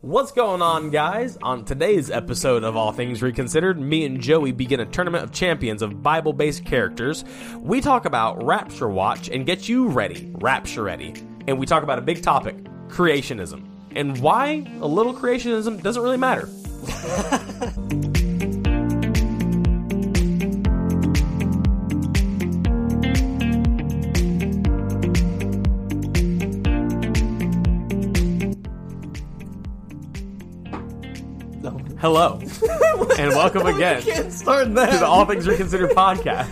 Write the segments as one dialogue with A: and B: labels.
A: What's going on, guys? On today's episode of All Things Reconsidered, me and Joey begin a tournament of champions of Bible based characters. We talk about Rapture Watch and get you ready, Rapture Ready. And we talk about a big topic creationism. And why a little creationism doesn't really matter. Hello. and welcome again to
B: Can't start that.
A: the All Things Reconsidered podcast.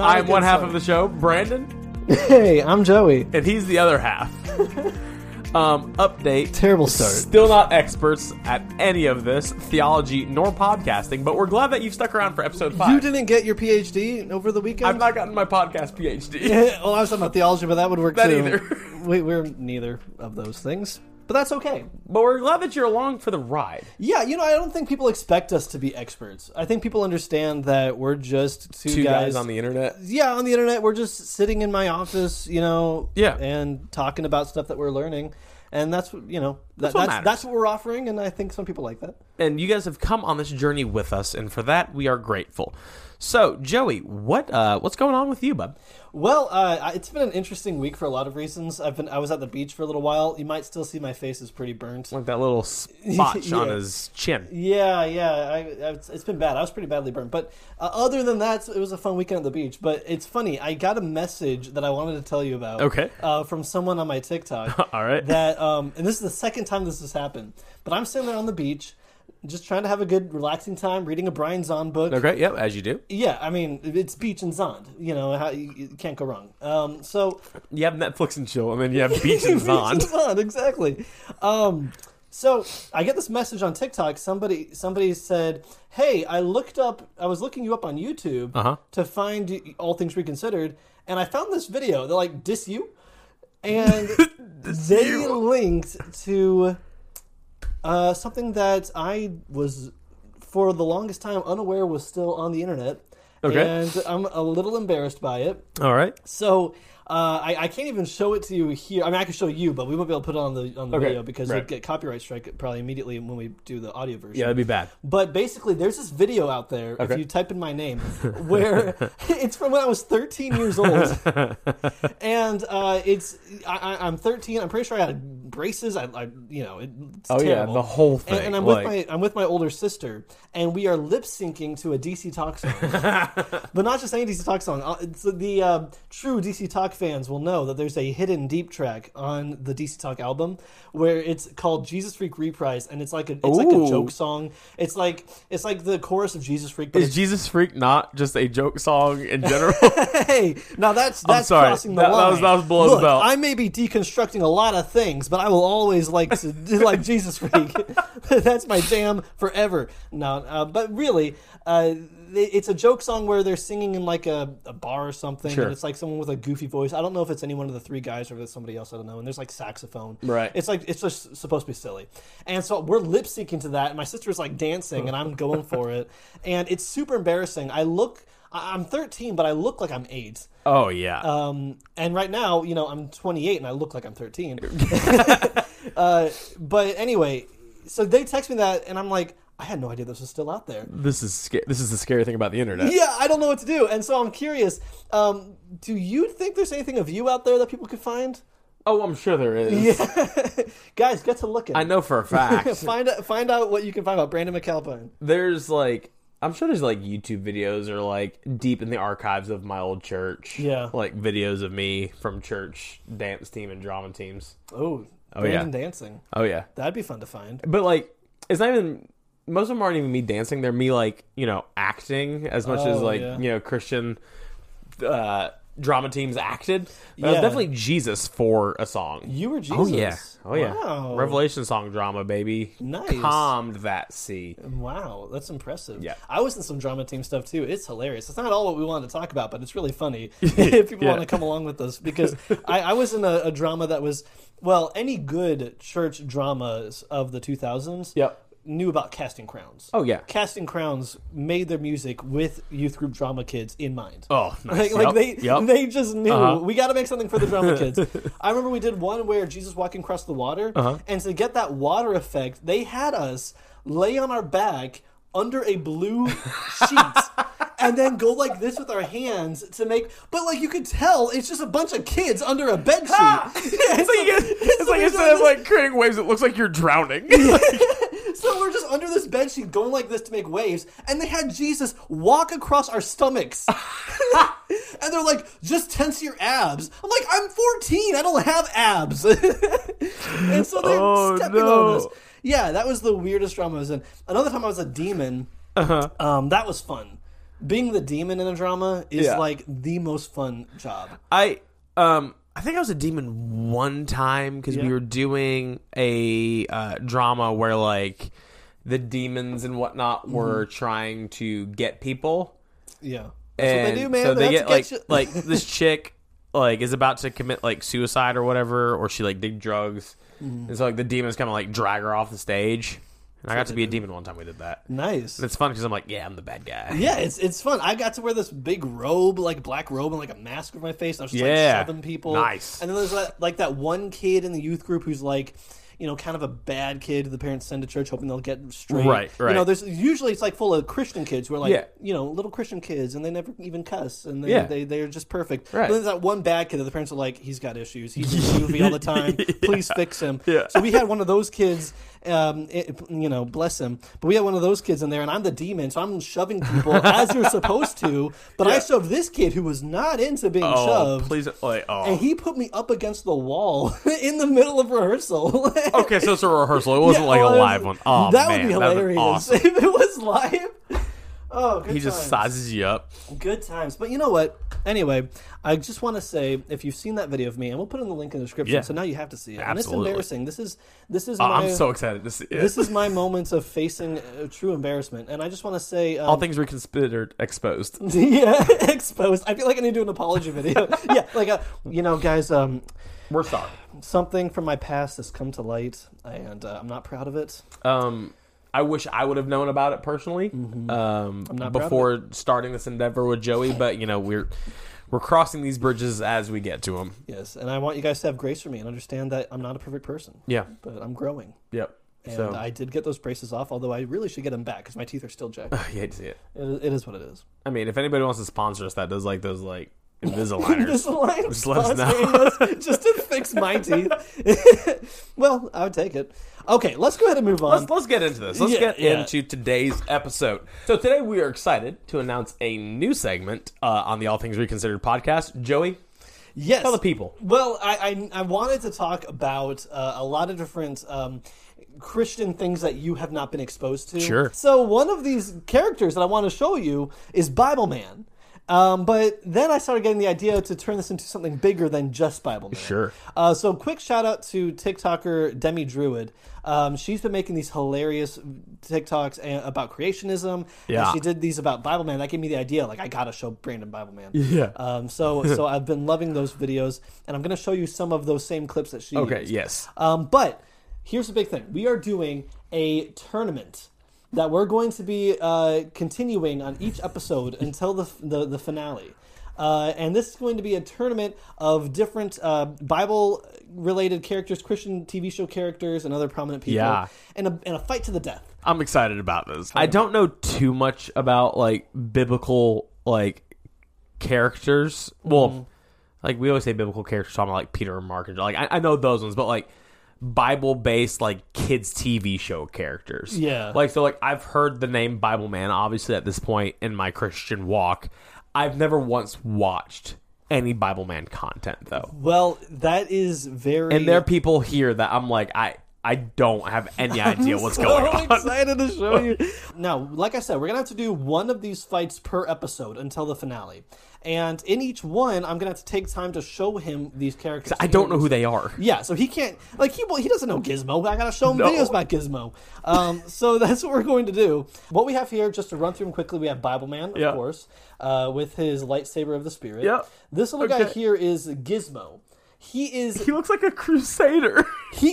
A: I'm one half of the show, Brandon,
B: Hey, I'm Joey.
A: and he's the other half. um, update.
B: Terrible start.
A: Still not experts at any of this theology nor podcasting, but we're glad that you've stuck around for episode five.
B: You didn't get your PhD over the weekend.
A: I've not gotten my podcast PhD.
B: well, I was talking about theology, but that would work
A: That
B: too.
A: either.
B: We, we're neither of those things, but that's okay.
A: But we're glad that you're along for the ride.
B: Yeah, you know, I don't think people expect us to be experts. I think people understand that we're just two,
A: Two guys, on the internet.
B: yeah on the internet. We're just sitting in my office, you know,
A: Yeah.
B: and talking about stuff that we're learning, and that's you know that,
A: That's what
B: that's,
A: matters.
B: that's what we're offering, and I think some people like that.
A: And you guys have come on this journey with us, and for that we are grateful. So, Joey, what uh, what's going on with you, bub?
B: Well, uh, I- it's been an interesting week for a lot of reasons. I've been I was at the beach for a little while. You might still see my face is pretty burnt.
A: Like that little spotch on
B: Yeah.
A: his chin.
B: Yeah, yeah, I, I, it's, it's been bad. I was pretty badly burnt, but uh, other than that, it was a fun weekend at the beach. But it's funny, I got a message that I wanted to tell you about.
A: Okay.
B: uh, from someone on my TikTok.
A: All right.
B: that um, and this is the second time this has happened. But I'm sitting there on the beach, just trying to have a good relaxing time, reading a Brian Zahn book.
A: Okay, yep, as you do.
B: Yeah, I mean it's beach and Zond. You know how you, you can't go wrong. Um, so
A: You have Netflix and chill, and then you have Beach and Zond.
B: Beach and Zond, exactly. Um, so I get this message on TikTok. Somebody somebody said, "Hey, I looked up. I was looking you up on YouTube
A: Uh-huh.
B: to find y- all things reconsidered, and I found this video. They're like diss you, and they linked to uh, something that I was for the longest time unaware was still on the internet."
A: Okay.
B: And I'm a little embarrassed by it.
A: All right.
B: So uh, I, I can't even show it to you here. I mean, I can show you, but we won't be able to put it on the on the
A: Okay,
B: video because
A: right.
B: we'd get copyright strike probably immediately when we do the audio version.
A: Yeah, that'd be bad.
B: But basically, there's this video out there
A: Okay.
B: if you type in my name, where it's from when I was 13 years old, and uh, it's I, I, I'm 13. I'm pretty sure I had braces. I, I you know, it's
A: Oh, yeah,
B: terrible.
A: the whole
B: And- And,
A: thing,
B: I'm
A: like-
B: with my I'm with my older sister, and we are lip syncing to a DC Talk song, but not just any DC Talk song. Uh, It's the uh, true DC Talk fans will know that there's a hidden deep track on the DC Talk album where it's called Jesus Freak Reprise, and it's like a it's like a
A: Ooh.
B: joke song. It's like it's like the chorus of Jesus Freak. But
A: Is Jesus Freak not just a joke song in general?
B: it's- hey, now that's that's
A: sorry.
B: crossing the
A: That- that
B: line.
A: was- that was below the
B: Look,
A: belt.
B: I may be deconstructing a lot of things, but I will always like to like Jesus Freak. that's my jam forever. No, uh, but really. Uh, they- it's a joke song where they're singing in like a, a bar or something,
A: Sure.
B: and it's like someone with a goofy voice. I don't know if it's any one of the three guys or if it's somebody else. I don't know. And there's like saxophone.
A: Right.
B: It's like it's just supposed to be silly. And so we're lip syncing to that, and my sister's like dancing, and I'm going for it, and it's super embarrassing. I look, I- I'm 13, but I look like I'm eight.
A: oh, yeah.
B: Um, and right now, you know, I'm 28 and I look like I'm 13. uh, but anyway, so they text me that, and I'm like, I had no idea this was still out there.
A: this is sca- this is the scary thing about the internet.
B: Yeah, I don't know what to do, and so I'm curious. Um, do you think there's anything of you out there that people could find?
A: Oh, I'm sure there is.
B: Guys, get to looking.
A: I know for a fact.
B: Find out, find out what you can find about Brandon McAlpine.
A: there's like I'm sure there's like YouTube videos or like deep in the archives of my old church.
B: Yeah.
A: Like videos of me from church dance team and drama teams.
B: Oh,
A: yeah.
B: Brandon dancing.
A: Oh yeah.
B: That'd be fun to find.
A: But like it's not even most of them aren't even me dancing, they're me like, you know, acting as much as
B: Oh,
A: like,
B: yeah.
A: you know, Christian uh drama teams acted. But I was
B: Yeah.
A: definitely Jesus for a song.
B: You were Jesus.
A: Oh yeah. Oh yeah.
B: Wow.
A: Revelation song drama, baby.
B: Nice.
A: Calmed that sea.
B: Wow, that's impressive.
A: Yeah.
B: I was in some drama team stuff too. It's hilarious. It's not all what we wanted to talk about, but it's really funny if people
A: Yeah.
B: want to come along with us because I, I was in a, a drama that was well, any good church dramas of the 2000s
A: Yep.
B: knew about Casting Crowns.
A: Oh, yeah.
B: Casting Crowns made their music with youth group drama kids in mind.
A: Oh, nice.
B: Like, like
A: Yep,
B: they
A: yep.
B: they just knew
A: Uh-huh.
B: we got to make something for the drama kids. I remember we did one where Jesus walking across the water,
A: Uh-huh.
B: and to get that water effect, they had us lay on our back under a blue sheet. And then go like this with our hands to make, but like you could tell, it's just a bunch of kids under a bed sheet.
A: it's like, you get- it's like instead of like creating waves, it looks like you're drowning.
B: So we're just under this bed sheet going like this to make waves, and they had Jesus walk across our stomachs. and they're like, just tense your abs. I'm like, I'm 14, I don't have abs. and so they're
A: Oh,
B: stepping
A: no.
B: on us. Yeah, that was the weirdest drama I was in. Another time I was a demon.
A: Uh-huh.
B: Um, that was fun. Being the demon in a drama is
A: Yeah.
B: like the most fun job.
A: I um I think I was a demon one time because we
B: Yeah.
A: were doing a uh, drama where like the demons and whatnot
B: Mm-hmm.
A: were trying to get people.
B: Yeah. That's
A: and
B: what they do, man.
A: So they
B: have to
A: get like
B: you.
A: like this chick like is about to commit like suicide or whatever, or she like did drugs,
B: Mm-hmm.
A: and so like the demons kind of like drag her off the stage. And I got to be a demon one time. We did that.
B: nice.
A: It's fun because I'm like, yeah, I'm the bad guy.
B: Yeah, it's it's fun. I got to wear this big robe, like black robe, and like a mask over my face. I was just
A: Yeah.
B: like shoving people.
A: Nice.
B: And then there's that, like that one kid in the youth group who's like, you know, kind of a bad kid. The parents send to church hoping they'll get straight.
A: Right,
B: You know,
A: right.
B: there's usually it's like full of Christian kids who are like,
A: Yeah.
B: you know, little Christian kids, and they never even cuss, and they
A: Yeah.
B: they they are just perfect.
A: Right.
B: And then there's that one bad kid that the parents are like, he's got issues. He's in the movie all the time. Please fix him.
A: Yeah.
B: So we had one of those kids, um, it, you know, bless him. But we had one of those kids in there, and I'm the demon, so I'm shoving people as you're supposed to. But I shoved this kid who was not into being
A: Oh,
B: shoved,
A: please! Like, oh.
B: and he put me up against the wall in the middle of rehearsal.
A: Okay, so it's a rehearsal. It wasn't like a
B: Oh,
A: live one. Oh,
B: that
A: man,
B: would be
A: that'd been
B: hilarious
A: awesome.
B: if it was live. Oh, good
A: He just
B: times.
A: sizes you up.
B: Good times. But you know what? Anyway, I just want to say if you've seen that video of me, and we'll put it in the link in the description,
A: Yeah.
B: so now you have to see it. And
A: Absolutely.
B: it's embarrassing. This is this is
A: Oh,
B: my
A: I'm so excited to see it.
B: this is my moment of facing uh, true embarrassment, and I just want to say, um,
A: All things reconsidered exposed.
B: yeah, exposed. I feel like I need to do an apology video. yeah, like uh you know, guys, um,
A: We're sorry.
B: something from my past has come to light, and uh, I'm not proud of it.
A: Um, I wish I would have known about it personally um,
B: Mm-hmm. not proud of
A: before starting this endeavor with Joey, but you know we're we're crossing these bridges as we get to them.
B: Yes, and I want you guys to have grace for me and understand that I'm not a perfect person,
A: Yeah.
B: but I'm growing.
A: Yep.
B: And
A: so
B: I did get those braces off, although I really should get them back because my teeth are still jacked.
A: you hate to see it.
B: It is, it is what it is.
A: I mean, if anybody wants to sponsor us, that does like those like Invisaligners.
B: This line
A: Just let us know.
B: sponsoring us just to fix my teeth. well, I would take it. Okay, let's go ahead and move on.
A: let's, let's get into this. Let's
B: Yeah,
A: get
B: yeah.
A: into today's episode. So today we are excited to announce a new segment uh, on the All Things Reconsidered podcast. Joey,
B: yes.
A: tell the people.
B: Well, I, I, I wanted to talk about uh, a lot of different um, Christian things that you have not been exposed to.
A: Sure.
B: So one of these characters that I want to show you is Bible Man. Um, but then I started getting the idea to turn this into something bigger than just Bible Man.
A: Sure.
B: Uh, so quick shout out to TikToker Demi Druid. Um, she's been making these hilarious TikToks a- about creationism.
A: Yeah.
B: And she did these about Bible Man. That gave me the idea. Like I gotta show Brandon Bible Man.
A: Yeah.
B: Um, so so I've been loving those videos, and I'm gonna show you some of those same clips that she.
A: Okay,
B: used.
A: yes.
B: Um, but here's the big thing: we are doing a tournament that we're going to be uh, continuing on each episode until the the, the finale. Uh, and this is going to be a tournament of different uh, Bible related characters, Christian TV show characters, and other prominent people.
A: Yeah.
B: And a, and a fight to the death.
A: I'm excited about this. I don't know too much about like biblical like characters. Well, like we always say biblical characters talking about like Peter and Mark and like I, I know those ones, but like Bible based like kids TV show characters.
B: Yeah.
A: Like so like I've heard the name Bible Man obviously at this point in my Christian walk. I've never once watched any Bible Man content though.
B: Well, that is very.
A: And there are people here that I'm like I I don't have any idea what's going on.
B: so excited to show you. Now, like I said, we're gonna have to do one of these fights per episode until the finale, and in each one, I'm gonna have to take time to show him these characters.
A: I don't know who they are.
B: Yeah, so he can't like he well, he doesn't know Gizmo. I gotta show him
A: No.
B: videos about Gizmo. Um, so that's what we're going to do. What we have here, just to run through them quickly, we have Bible Man, of
A: Yeah.
B: course, uh, with his lightsaber of the spirit.
A: Yep.
B: This little guy
A: Okay.
B: here is Gizmo. He is.
A: He looks like a crusader.
B: He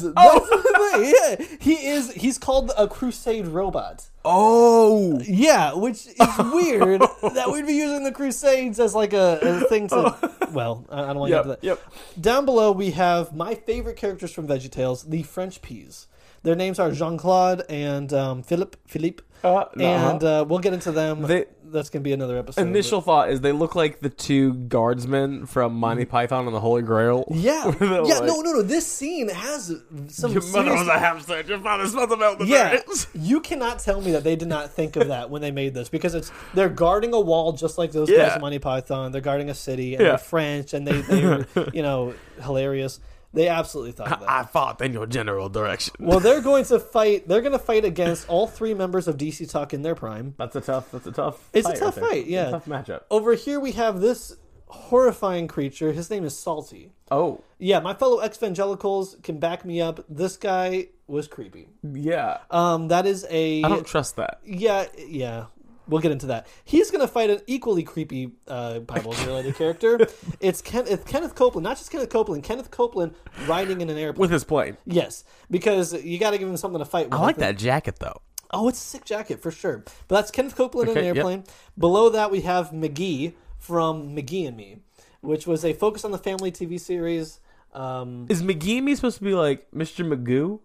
B: That's
A: Oh.
B: the thing. Yeah. He is. He's called a crusade robot.
A: Oh,
B: Yeah, which is weird that we'd be using the Crusades as like a, a thing to. Well, I I don't want to
A: Yep,
B: get into that.
A: yep.
B: Down below, we have my favorite characters from VeggieTales, the French peas. Their names are Jean Claude and um, Philip. Philippe.
A: Uh,
B: And uh, we'll get into them.
A: They-
B: That's going to be another episode. but-
A: Initial thought is they look like the two guardsmen from Monty Python and the Holy Grail.
B: Yeah.
A: They're
B: yeah.
A: like,
B: no, no, no. This scene has some.
A: Your mother
B: serious-
A: was a hamster. Your father smelled the milk.
B: Yeah, you cannot tell me that they did not think of that when they made this because it's they're guarding a wall just like those
A: Yeah.
B: guys in Monty Python. They're guarding a city and
A: Yeah.
B: they're French and they they're you know hilarious. They absolutely thought of that.
A: I fought in your general direction.
B: Well, they're going to fight. They're going to fight against all three members of DC Talk in their prime.
A: That's a tough. That's a tough.
B: It's a
A: right
B: tough
A: there.
B: fight,
A: It's a
B: yeah.
A: tough matchup.
B: Over here, we have this horrifying creature. His name is Salty.
A: Oh,
B: Yeah, my fellow evangelicals can back me up. This guy was creepy.
A: yeah.
B: Um, that is a
A: I don't trust that.
B: Yeah, yeah. We'll get into that. He's going to fight an equally creepy uh, Bible related character. It's, Ken- it's Kenneth Copeland, not just Kenneth Copeland, Kenneth Copeland riding in an airplane.
A: With his plane,
B: yes, because you got to give him something to fight with.
A: I like that jacket though.
B: Oh, it's a sick jacket for sure. But that's Kenneth Copeland in
A: Okay,
B: an
A: yep.
B: airplane. Below that, we have McGee from McGee and Me, which was a focus on the family TV series. Um,
A: Is McGee me supposed to be like Mr. Magoo?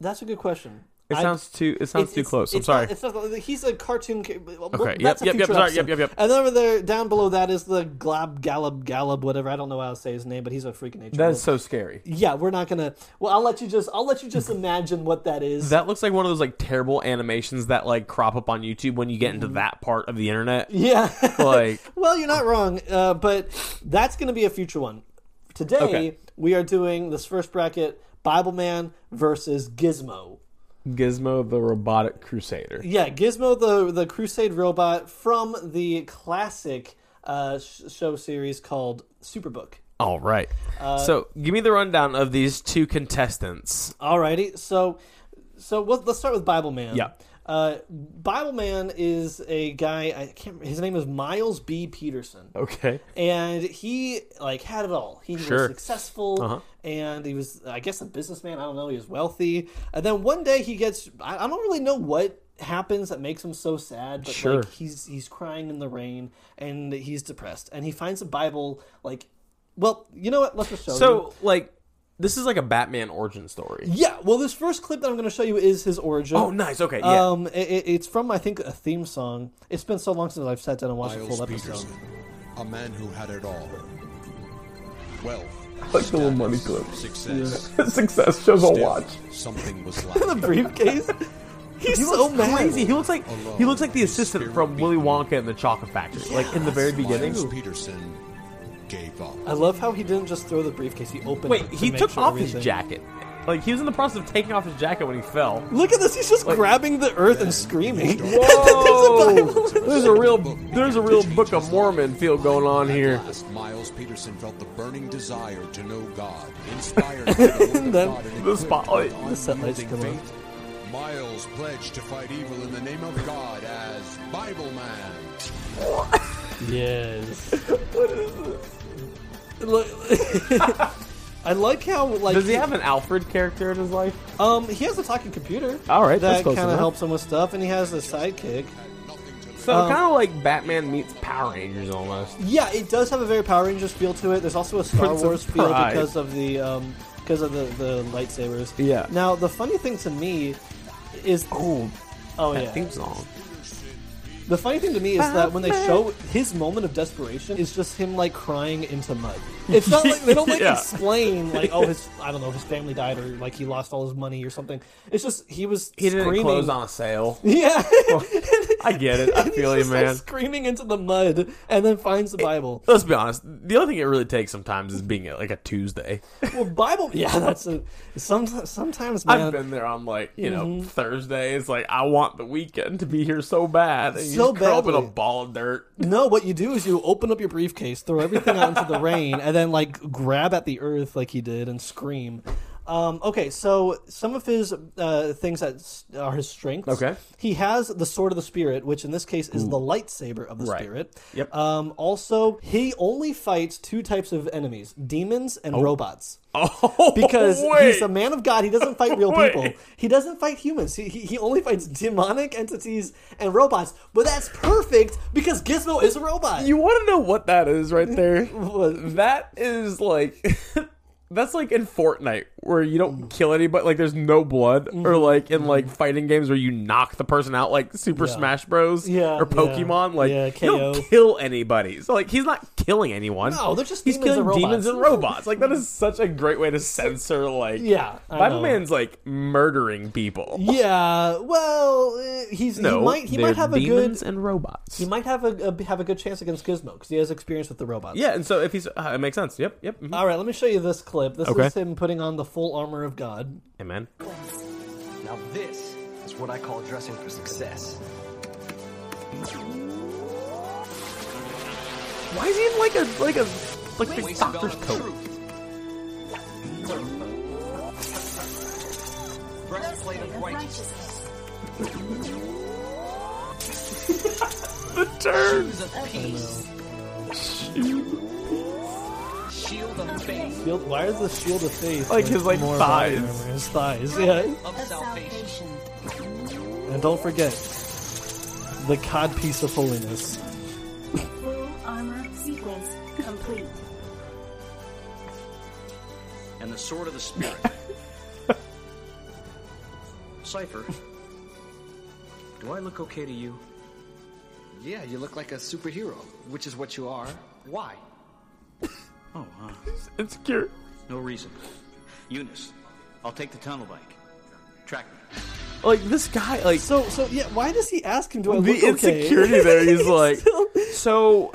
B: that's a good question.
A: It
B: I-
A: sounds too. It sounds
B: It's-
A: too
B: it's-
A: close. I'm
B: it's
A: sorry.
B: Not, it's not, he's a cartoon. ca- Well,
A: Okay,
B: That's
A: yep, yep, yep,
B: a future
A: sorry, yep,
B: episode.
A: yep, yep.
B: And then over there, down below that is the Glob Gallop Gallop, whatever. I don't know how to say his name, but he's a freaking nature.
A: That is so scary.
B: yeah, we're not gonna. Well, I'll let you just. I'll let you just imagine what that is.
A: That looks like one of those like terrible animations that like crop up on YouTube when you get into that part of the internet.
B: yeah.
A: Like
B: well, you're not wrong, uh, but that's gonna be a future one. Today
A: Okay.
B: we are doing this first bracket: Bible Man versus Gizmo.
A: Gizmo the robotic crusader.
B: Yeah, Gizmo the the Crusade robot from the classic uh, sh- show series called Superbook.
A: All right. so give me the rundown of these two contestants.
B: Alrighty, so so we'll, let's start with Bible Man.
A: Yeah.
B: Uh, Bible Man is a guy. I can't. His name is Miles B. Peterson,
A: Okay.
B: and he like had it all. He
A: Sure. Uh-huh.
B: was successful, and he was, I guess, a businessman. I don't know. He was wealthy, and then one day he gets. I, I don't really know what happens that makes him so sad, but
A: Sure.
B: like he's he's crying in the rain and he's depressed, and he finds a Bible like. Well, you know what? Let's just show you.
A: So like this is like a Batman origin story.
B: Yeah, well, this first clip that I'm going to show you is his origin.
A: Oh, nice. Okay. Yeah.
B: Um, i- i- it's from I think a theme song. It's been so long since I've sat down and watched a
C: Miles
B: full episode.
C: Peterson, a man who had it all. Wealth,
D: like the little money clip.
C: success.
D: Success shows a
C: Still,
D: watch.
C: Something was
B: the
C: lacking.
B: briefcase. He's
A: He
B: so
A: looks
B: mad.
A: crazy. He looks like
B: Oh,
A: he looks like the assistant
C: Spirit
A: from
C: beat.
A: Willy Wonka and the Chocolate Factory. like in the very beginning.
C: Miles Peterson gave up.
B: I love how he didn't just throw the briefcase. He opened.
A: Wait,
B: it to
A: he
B: make
A: took
B: sure
A: off
B: everything-
A: his jacket. Like he was in the process of taking off his jacket when he fell.
B: Look at this. He's just grabbing the earth and screaming.
A: Whoa!
B: Oh.
A: there's a real there's a real Book of Mormon feel going on here.
C: At last, Miles Peterson felt the burning desire to know God, inspired by the word
B: Then
C: of God and
A: the
C: equipped
A: spotlight.
C: with
B: The spotlight's
C: unyielding
B: come on.
C: faith. Miles pledged to fight evil in the name of God as Bible Man.
B: yes. what is this? Look. I like how like
A: Does he have an Alfred character in his life?
B: um he has a talking computer.
A: All right, that's
B: that
A: close
B: kind of
A: enough.
B: helps him with stuff, and he has a sidekick.
C: Had nothing to lose.
A: So
B: Um,
A: kind of like Batman meets Power Rangers almost.
B: Yeah, it does have a very Power Rangers feel to it. There's also a Star
A: Prince of
B: Wars feel
A: Pride.
B: because of the um, because of the, the lightsabers.
A: Yeah.
B: Now the funny thing to me is oh oh yeah
A: Theme song.
B: the funny thing to me is that when they show his moment of desperation is just him like crying into mud. It's not like they don't like
A: Yeah.
B: explain like oh his I don't know his family died or like he lost all his money or something. It's just he was
A: He didn't
B: screaming.
A: close on a sale.
B: Yeah.
A: I get it. I feel
B: He's
A: you,
B: just, like,
A: man.
B: screaming into the mud and then finds the Bible.
A: Let's be honest. The only thing it really takes sometimes is being like a Tuesday.
B: Well, Bible. Yeah, that's a. Sometimes, sometimes, man.
A: I've been there on like you know
B: Mm-hmm.
A: Thursday. It's like I want the weekend to be here so bad. And you
B: So
A: just curl up in a
B: badly.
A: ball of dirt.
B: No, what you do is you open up your briefcase, throw everything out into the rain, and then like grab at the earth like he did and scream. Um, okay, so some of his uh, things that s- are his strengths.
A: Okay.
B: He has the Sword of the Spirit, which in this case is the lightsaber of the
A: Right.
B: Spirit.
A: Yep.
B: Um, also, he only fights two types of enemies demons and robots.
A: Oh,
B: Because
A: wait.
B: he's a man of God, he doesn't fight real
A: Wait.
B: people. He doesn't fight humans. He, he, he only fights demonic entities and robots. But that's perfect because Gizmo is a robot.
A: You want to know what that is right there?
B: What?
A: That is like. That's like in Fortnite where you
B: Mm.
A: don't kill anybody, like there's no blood,
B: Mm-hmm.
A: or like in like fighting games where you knock the person out, like Super Smash Bros.
B: Yeah,
A: or
B: yeah.
A: Pokemon. Like
B: Yeah,
A: you don't
B: KO.
A: kill anybody, so like he's not killing anyone.
B: No, they're just
A: he's
B: demons
A: killing
B: and
A: demons
B: robots.
A: and robots. Like that is such a great way to censor. Like
B: Yeah, I
A: Bible
B: know.
A: Man's like murdering people.
B: Yeah, well, eh, he's
A: no,
B: he might he
A: they're
B: might have a good
A: demons and robots.
B: He might have a, a have a good chance against Gizmo because he has experience with the robots.
A: yeah, and so if he's, uh, it makes sense. Yep, yep. mhm.
B: All right, let me show you this clip. This
A: Okay.
B: is him putting on the full armor of God.
A: Hey, man.
E: Now this is what I call dressing for success.
A: Why is he in like a like a like the
E: Waste a belt
A: doctor's
E: of
A: coat?
E: truth. Breastplate of righteousness.
A: The turn.
E: Shoes of peace. Shield of faith.
B: Shield- Why is the shield of faith
A: Like his, like,
B: more body
A: thighs.
B: armor? His thighs, yeah.
E: Of
F: of
E: salvation.
F: salvation.
B: And don't forget the cod piece of holiness.
F: Full armor sequence complete.
E: And the sword of the spirit. Cypher. Do I look okay to you?
G: Yeah, you look like a superhero, which is what you are.
E: Why?
H: Oh, uh,
A: It's cute.
H: no reason. Eunice, I'll take the tunnel bike. Track me.
A: Like this guy, like
B: So, so yeah. Why does he ask him? Do I look
A: the
B: okay?
A: insecurity there. He's like,
B: still-
A: so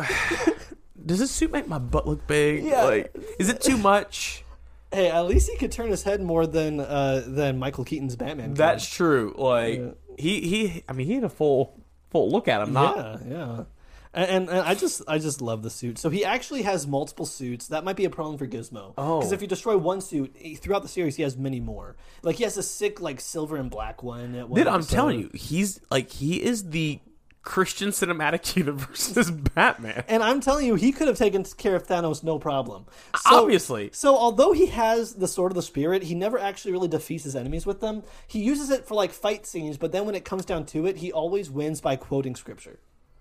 A: does this suit make my butt look big?
B: Yeah.
A: Like, is it too much?
B: hey, at least he could turn his head more than uh, than Michael Keaton's Batman.
A: That's true. Like he he. I mean, he had a full full look at him. Not
B: Yeah, yeah. And, and, and I just I just love the suit. So he actually has multiple suits. That might be a problem for Gizmo.
A: Oh.
B: because if you destroy one suit eh, throughout the series, he has many more. Like he has a sick like silver and black one. At one
A: Dude, I'm
B: episode.
A: telling you, he's like he is the Christian cinematic universe's Batman.
B: And I'm telling you, he could have taken care of Thanos no problem.
A: Obviously.
B: So although he has the sword of the spirit, he never actually really defeats his enemies with them. He uses it for like fight scenes, but then when it comes down to it, he always wins by quoting scripture.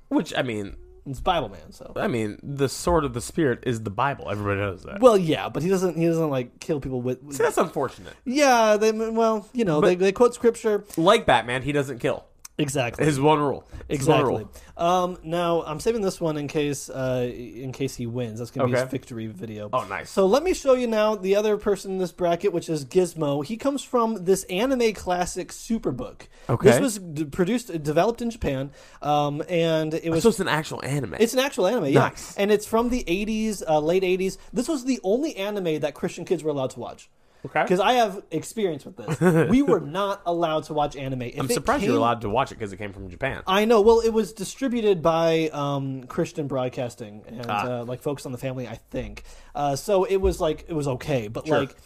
A: Which I mean,
B: It's Bible man, so.
A: I mean, the sword of the spirit is the Bible. Everybody knows that.
B: Well, yeah, but he doesn't. He doesn't like kill people with. with-
A: That's unfortunate.
B: Yeah, they well, you know, they, they quote scripture
A: Like Batman, he doesn't kill.
B: exactly.
A: His one rule. His one
B: Exactly.
A: rule.
B: Um, now I'm saving this one in case uh, in case he wins. That's gonna be his
A: Okay.
B: victory video.
A: Oh, nice.
B: So let me show you now the other person in this bracket, which is Gizmo. He comes from this anime classic Superbook.
A: Okay.
B: This was d- produced, developed in Japan, um, and it was
A: So it's an actual anime.
B: It's an actual anime, yeah.
A: Nice.
B: And it's from the 80s, uh, late 80s. This was the only anime that Christian kids were allowed to watch.
A: Okay.
B: Because I have experience with this. we were not allowed to watch anime. If
A: I'm
B: it
A: surprised
B: came- Uh,
A: you're allowed to watch it because it came from Japan.
B: I know. Well, it was distributed by um, Christian Broadcasting and uh, like Focus on the Family, I think. Uh, so it was like it was okay, but like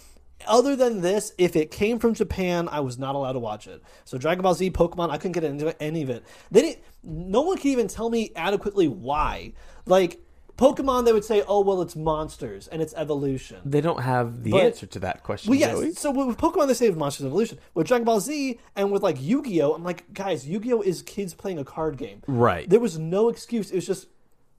B: other than this, if it came from Japan, I was not allowed to watch it. So Dragon Ball Z, Pokemon, I couldn't get into it- any of it. They didn't. No one could even tell me adequately why. Like Pokemon, they would say, "Oh, well, it's monsters and it's evolution."
A: they don't have the
B: But-
A: answer to that question.
B: Well, yes.
A: Joey.
B: So with with Pokemon, they saved Monsters Evolution. With Dragon Ball Z and with like Yu Gi Oh, I'm like, guys, Yu Gi Oh is kids playing a card game.
A: Right.
B: There was no excuse. It was just,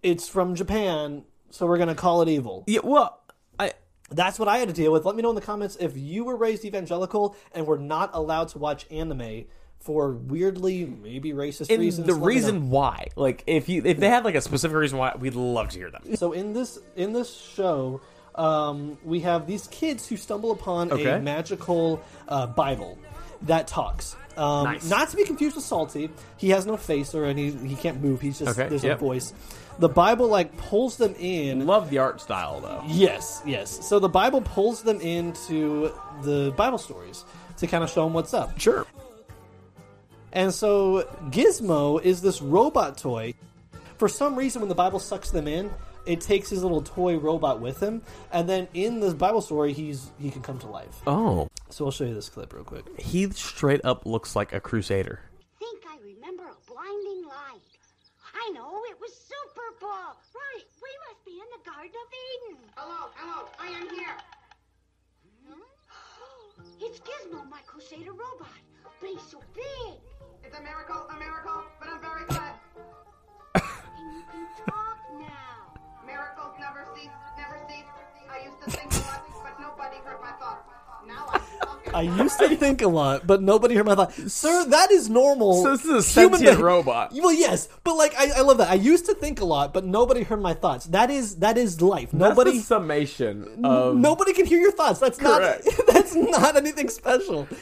B: it's from Japan, so we're gonna call it evil.
A: Yeah, well, I
B: That's what I had to deal with. Let me know in the comments if you were raised evangelical and were not allowed to watch anime for weirdly maybe racist
A: and
B: reasons.
A: the
B: let me know.
A: reason why, like, if you if they had like a specific reason why, we'd love to hear them.
B: So in this in this show, um, we have these kids who stumble upon
A: Okay.
B: a magical uh, Bible that talks. Um,
A: Nice.
B: Not to be confused with Salty. He has no face or any. He can't move. He's just
A: Okay,
B: there's
A: yep.
B: a voice. The Bible like pulls them in.
A: Love the art style though.
B: Yes, yes. So the Bible pulls them into the Bible stories to kind of show them what's up.
A: Sure.
B: And so Gizmo is this robot toy. For some reason, when the Bible sucks them in, it takes his little toy robot with him, and then in this Bible story, he's he can come to life.
A: Oh,
B: So I'll show you this clip real quick.
A: He straight up looks like a crusader.
I: think I remember a blinding light. I know, it was Super Bowl. Right, we must be in the Garden of Eden. Hello, hello, I am here. It's Gizmo, my Crusader robot, but he's so big. It's a miracle, a miracle, but I'm very glad. and you can talk now. Miracles never cease, never cease. I used to think nothing, but nobody heard my thoughts. Now I talk.
B: I used to think a lot, but nobody heard my thought. Sir, that is normal.
A: So this is a sentient robot.
B: Well, yes, but like I, I love that. I used to think a lot, but nobody heard my thoughts. That is that is life.
D: Nobody
B: Nobody
D: summation of
B: nobody can hear your thoughts. That's
D: Correct.
B: not that's not anything special.
I: Up, two,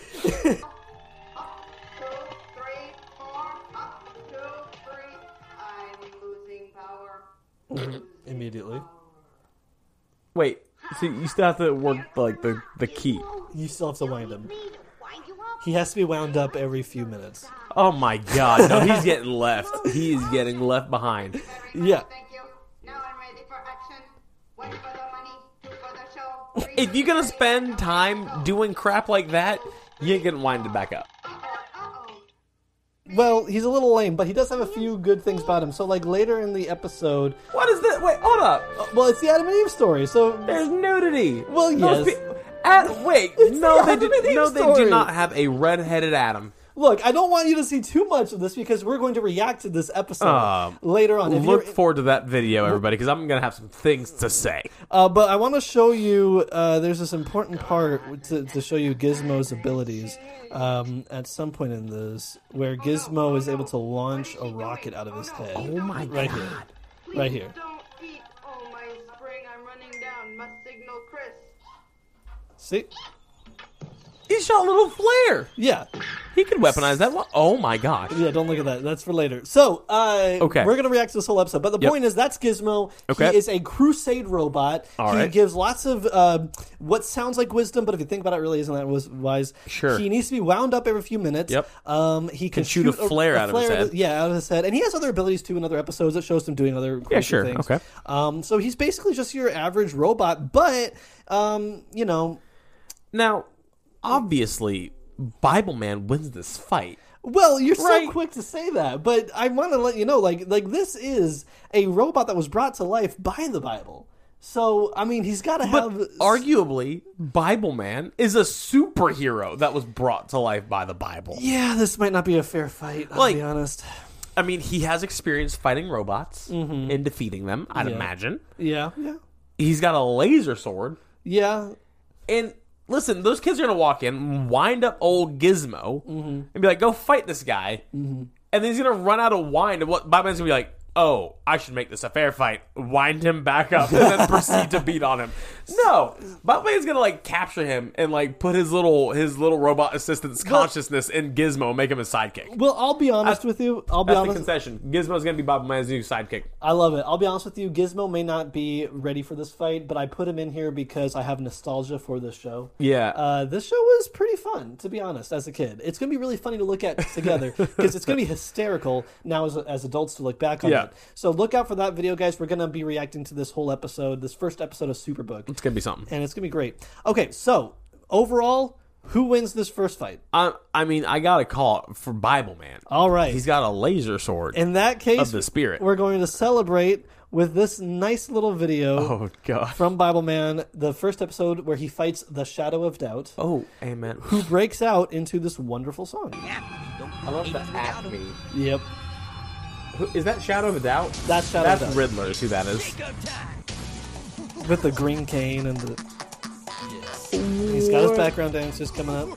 I: three, four. Up, two, three. I'm losing power.
B: Immediately.
A: Wait, so you still have to work like the the key.
B: You still have to wind him.
I: Need to wind you up.
B: He has to be wound up every few minutes.
A: Oh my god, no, he's getting left. He is getting left behind.
B: Yeah.
I: Thank you. Now I'm ready for action. One for the money, two for the show. Three
A: If you're gonna spend time doing crap like that, you ain't getting winded back up.
B: Well, he's a little lame, but he does have a few good things about him. So like later in the episode, uh,
A: What is this? Wait, hold up.
B: well, it's the Adam and Eve story. So
A: There's nudity.
B: Well,
A: Those
B: yes.
A: pe- Ad- wait,
B: It's
A: no,
B: the
A: they
B: Adam and
A: do,
B: Eve
A: no, they do
B: story.
A: not have a redheaded Adam.
B: Look, I don't want you to see too much of this because we're going to react to this episode
A: Um,
B: later on. If
A: Look
B: you're-
A: forward to that video, everybody, because I'm gonna have some things to say.
B: uh, but I want to show you. Uh, there's this important part to, to show you Gizmo's abilities. Um, at some point in this, where Gizmo is able to launch a rocket out of his head. Oh my right god! Here. Right here.
I: Don't eat. Oh, my spring. I'm running down. Must signal Chris.
B: See?
A: He shot a little flare.
B: Yeah,
A: He could weaponize that. One. Oh my gosh.
B: yeah. Don't look at that. That's for later. So, uh,
A: Okay.
B: we're gonna react to this whole episode. But the
A: Yep.
B: point is, that's Gizmo.
A: Okay.
B: He is a crusade robot.
A: All
B: he
A: right.
B: gives lots of uh, what sounds like wisdom, but if you think about it, really isn't that wis- wise.
A: Sure.
B: He needs to be wound up every few minutes.
A: Yep.
B: Um, he can,
A: shoot a flare out of his head.
B: yeah, out of his head, and he has other abilities too in other episodes that shows him doing other crazy
A: sure.
B: things.
A: Okay.
B: Um, so he's basically just your average robot, but um, you know,
A: Now, obviously, Bible Man wins this fight.
B: Well, you're
A: Right.
B: so quick to say that, but I want to let you know, like, like this is a robot that was brought to life by the Bible. So, I mean, he's got to
A: But
B: have.
A: arguably, Bible Man is a superhero that was brought to life by the Bible.
B: yeah, this might not be a fair fight. I'll
A: Like-
B: be honest.
A: I mean, he has experience fighting robots and defeating them, I'd
B: Mm-hmm. Yeah.
A: imagine.
B: Yeah, yeah,
A: He's got a laser sword.
B: yeah.
A: And listen, those kids are going to walk in, wind up old Gizmo,
B: Mm-hmm.
A: and be like, go fight this guy. And then he's going to run out of wine. And what Bible Man's going to be like, oh, I should make this a fair fight. Wind him back up and then proceed to beat on him. No. Bible Man's going to like capture him and like put his little his little robot assistant's consciousness in Gizmo and make him his sidekick.
B: Well, I'll be honest with you. I'll be
A: That's the
B: honest. Uh,
A: concession. Gizmo's going to be Bible Man's new sidekick.
B: I love it. I'll be honest with you. Gizmo may not be ready for this fight, but I put him in here because I have nostalgia for this show.
A: Yeah.
B: Uh, this show was pretty fun, to be honest, as a kid. It's going to be really funny to look at together because it's going to be hysterical now as, as adults to look back on
A: Yeah.
B: it. So look out for that video, guys. We're going to be reacting to this whole episode, this first episode of Superbook,
A: it's going to be something.
B: and it's going to be great. Okay, so overall, who wins this first fight?
A: I, I mean, I got to call it for Bible Man.
B: All right.
A: He's got a laser sword.
B: In that case,
A: Of the spirit.
B: we're going to celebrate with this nice little video
A: oh, God.
B: from Bible Man, the first episode where he fights the Shadow of Doubt,
A: Oh, amen.
B: who breaks out into this wonderful song.
A: I love the acme.
B: Yep.
A: Who- Is that Shadow of a Doubt?
B: That's Shadow
A: That's
B: of Doubt.
A: Riddler, is who that is.
B: with the green cane and the. He's got his background dancers coming up.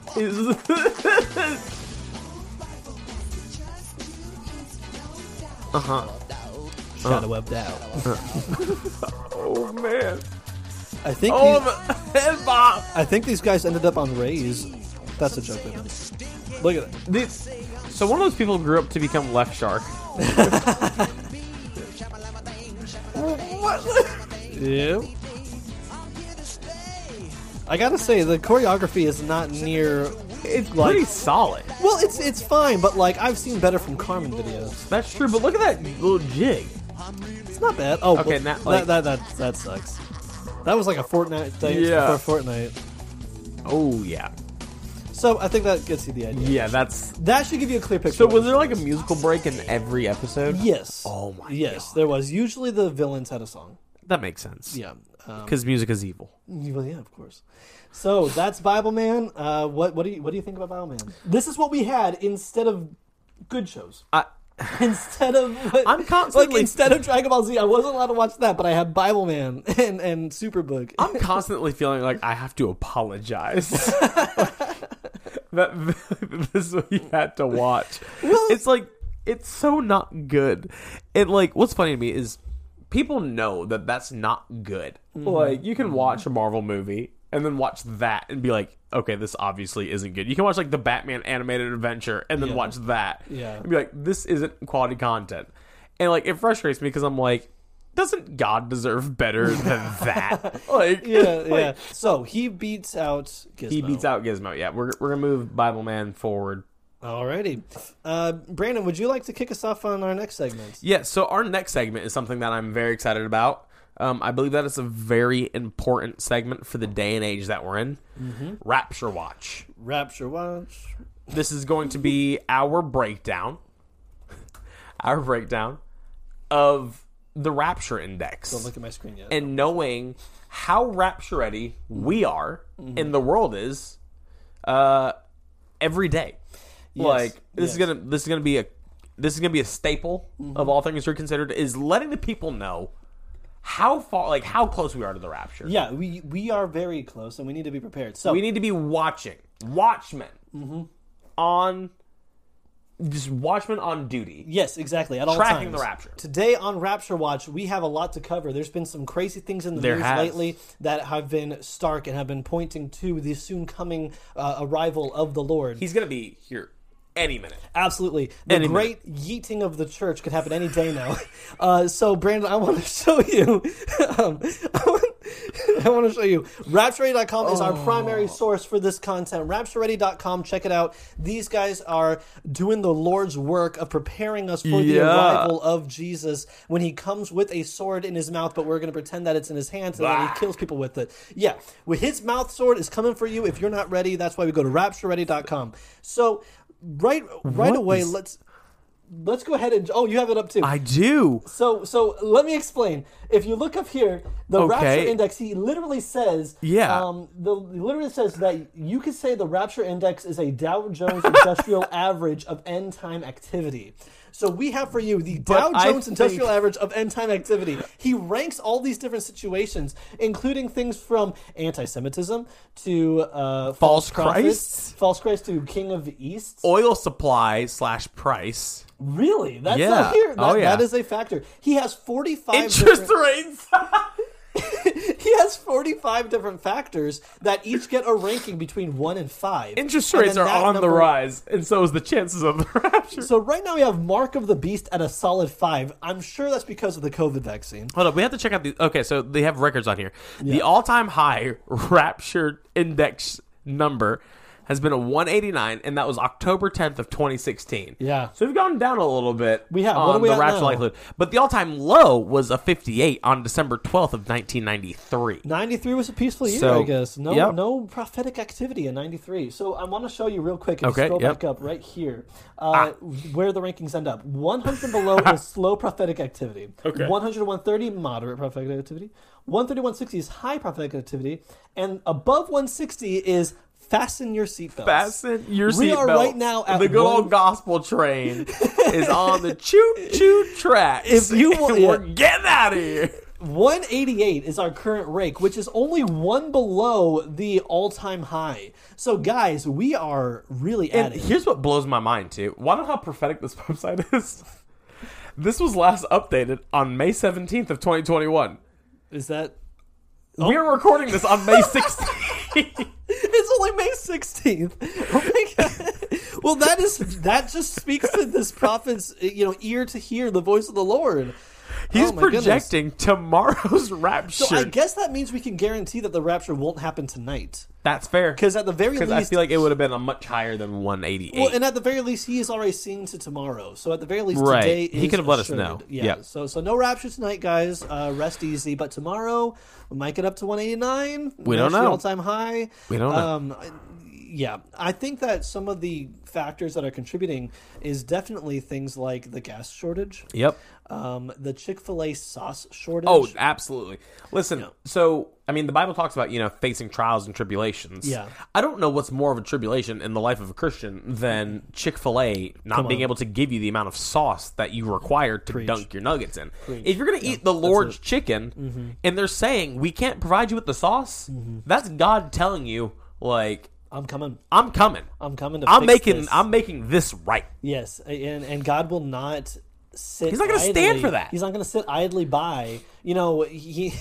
B: Shadow Web Dow.
A: oh, man.
B: I think
A: Oh,
B: these-
A: my- head bop.
B: I think these guys ended up on Rays. That's a joke. they made. Look at that.
A: These- So, one of those people grew up to become Left Shark.
B: Yeah. I gotta say the choreography is not near.
A: It's
B: Like-
A: pretty solid.
B: Well, it's it's fine, but like I've seen better from Carmen videos.
A: That's true, but look at that little jig.
B: It's not bad. Oh,
A: Okay,
B: well,
A: now, like-
B: that, that that that sucks. That was like a Fortnite dance
A: Yeah.
B: before Fortnite.
A: Oh, yeah.
B: So I think that gets you the idea.
A: Yeah, that's.
B: That should give you a clear picture.
A: So was there like a musical break in every episode?
B: Yes.
A: Oh my
B: Yes, there was. Usually the villains had a song.
A: That makes sense.
B: Yeah. Um,
A: Because music is evil.
B: well, yeah, of course. So that's Bible Man. Uh, what what do you what do you think about Bible Man? This is what we had instead of good shows.
A: I,
B: Instead of
A: I'm constantly-
B: like, instead of Dragon Ball Z, I wasn't allowed to watch that, but I had Bible Man and and Superbook.
A: I'm constantly feeling like I have to apologize. that this is what you had to watch. it's like it's so not good. And like what's funny to me is people know that that's not good.
B: Mm-hmm.
A: Like you can watch a Marvel movie and then watch that and be like, okay, this obviously isn't good. You can watch like the Batman animated adventure and then
B: Yeah.
A: watch that.
B: Yeah.
A: And be like, this isn't quality content. And like it frustrates me because I'm like, doesn't God deserve better than that? like
B: yeah,
A: like,
B: yeah. So he beats out Gizmo.
A: he beats out Gizmo. Yeah, we're we're gonna move Bible Man forward.
B: Alrighty, uh, Brandon, would you like to kick us off on our next segment?
A: Yeah. So our next segment is something that I'm very excited about. Um, I believe that it's a very important segment for the day and age that we're in. Mm-hmm. Rapture Watch.
B: Rapture Watch.
A: This is going to be our breakdown. Our breakdown of the Rapture Index.
B: Don't look at my screen yet.
A: and knowing how rapture ready we are
B: Mm-hmm.
A: and the world is uh every day like this is
B: yes. Mm-hmm.
A: gonna this is gonna be a this is gonna be a staple of all things reconsidered is letting the people know how far like how close we are to the rapture
B: yeah, we we are very close, and we need to be prepared. So
A: we need to be watching watchmen
B: Mm-hmm.
A: on just watchmen on duty
B: Yes, exactly. At all
A: Tracking
B: times.
A: the Rapture.
B: Today on Rapture Watch, we have a lot to cover. There's been some crazy things in the
A: There
B: news
A: has.
B: lately that have been stark and have been pointing to the soon coming uh, arrival of the Lord.
A: he's gonna be here any minute
B: Absolutely, the
A: Any
B: great yeeting of the church could happen any day now. uh, so, Brandon, I want to show you. um, I want- I want to show you. RaptureReady.com is our
A: Oh.
B: primary source for this content. RaptureReady.com, check it out. These guys are doing the Lord's work of preparing us for the
A: Yeah.
B: arrival of Jesus when he comes with a sword in his mouth, but we're going to pretend that it's in his hands and then
A: Bah.
B: he kills people with it. Yeah, with his mouth sword is coming for you if you're not ready. That's why we go to RaptureReady.com. So, right right
A: What
B: away
A: is-
B: let's let's go ahead and oh you have it up too
A: i do
B: so so let me explain if you look up here the
A: Okay.
B: rapture index he literally says
A: Yeah.
B: um the he literally says that you could say the rapture index is a dow jones industrial average of end time activity so we have for you the Dow
A: I
B: Jones
A: think-
B: Industrial Average of End Time Activity. He ranks all these different situations, including things from anti-Semitism to uh,
A: False
B: prophets,
A: Christs?
B: false Christ to King of the East,
A: oil supply slash price
B: Really? That's
A: Yeah.
B: not here. That,
A: Oh, yeah.
B: that is a factor. He has 45
A: interest
B: different,
A: rates
B: He has 45 different factors that each get a ranking between 1 and 5.
A: Interest
B: And
A: rates
B: then
A: are
B: that
A: on the
B: number-
A: rise, and so is the chances of the rapture.
B: So right now we have Mark of the Beast at a solid 5. I'm sure that's because of the COVID vaccine.
A: Hold up, we have to check out the. Okay, so they have records on here. The all-time high rapture index number has been a 189, and that was October 10th of 2016.
B: Yeah.
A: so we've gone down a little bit.
B: We have.
A: on
B: What are we
A: the
B: at
A: rapture
B: now?
A: likelihood, but the all-time low was a 58 on December 12th of 1993.
B: 93 was a peaceful year,
A: So,
B: I guess. No,
A: yep.
B: no prophetic activity in 93. So I want to show you real quick and
A: Okay,
B: scroll
A: yep. Ah.
B: back up right here uh, where the rankings end up. 100 and below is slow prophetic activity.
A: Okay.
B: 100 to 130, moderate prophetic activity. 130 160 is high prophetic activity. And above 160 is fasten your seatbelts.
A: Fasten your
B: We are
A: seatbelt.
B: right now at
A: the good
B: one-
A: old gospel train is on the choo choo tracks.
B: If you
A: and
B: want-
A: we're getting out of here.
B: 188 is our current rank, which is only one below the all time high. So, guys, we are really at
A: And
B: it.
A: here's what blows my mind too. Why know how prophetic this website is? This was last updated on May 17th of 2021.
B: Is that. Oh.
A: We are recording this on May 16th.
B: It's only May 16th. Oh my God. well, that is that just speaks to this prophet's you know ear to hear the voice of the Lord.
A: He's
B: Oh my goodness.
A: projecting tomorrow's rapture.
B: So I guess that means we can guarantee that the rapture won't happen tonight.
A: That's fair.
B: Because at the very least,
A: I feel like it would have been a much higher than 188.
B: well, and at the very least, he is already seen to tomorrow. So at the very least,
A: Right.
B: today
A: He
B: is
A: could have let us
B: assured.
A: know.
B: Yeah.
A: Yep.
B: So so no rapture tonight, guys. Uh, rest easy. But tomorrow we might get up to 189.
A: We don't know.
B: All time high.
A: We don't know.
B: Um, yeah, I think that some of the factors that are contributing is definitely things like the gas shortage,
A: Yep.
B: um, the Chick Fil A sauce shortage.
A: Oh, absolutely. Listen, so I mean, the Bible talks about you know facing trials and tribulations.
B: Yeah.
A: I don't know what's more of a tribulation in the life of a Christian than Chick Fil A not being able to give you the amount of sauce that you require to dunk your nuggets in. If you're gonna eat the Lord's chicken,
B: Mm-hmm.
A: and they're saying we can't provide you with the sauce, that's God telling you like
B: I'm coming.
A: I'm coming.
B: I'm coming to.
A: I'm
B: fix
A: making
B: this.
A: I'm making this right.
B: Yes, and and God will not sit.
A: He's not gonna
B: going to
A: stand for that.
B: He's not going to sit idly by. You know, he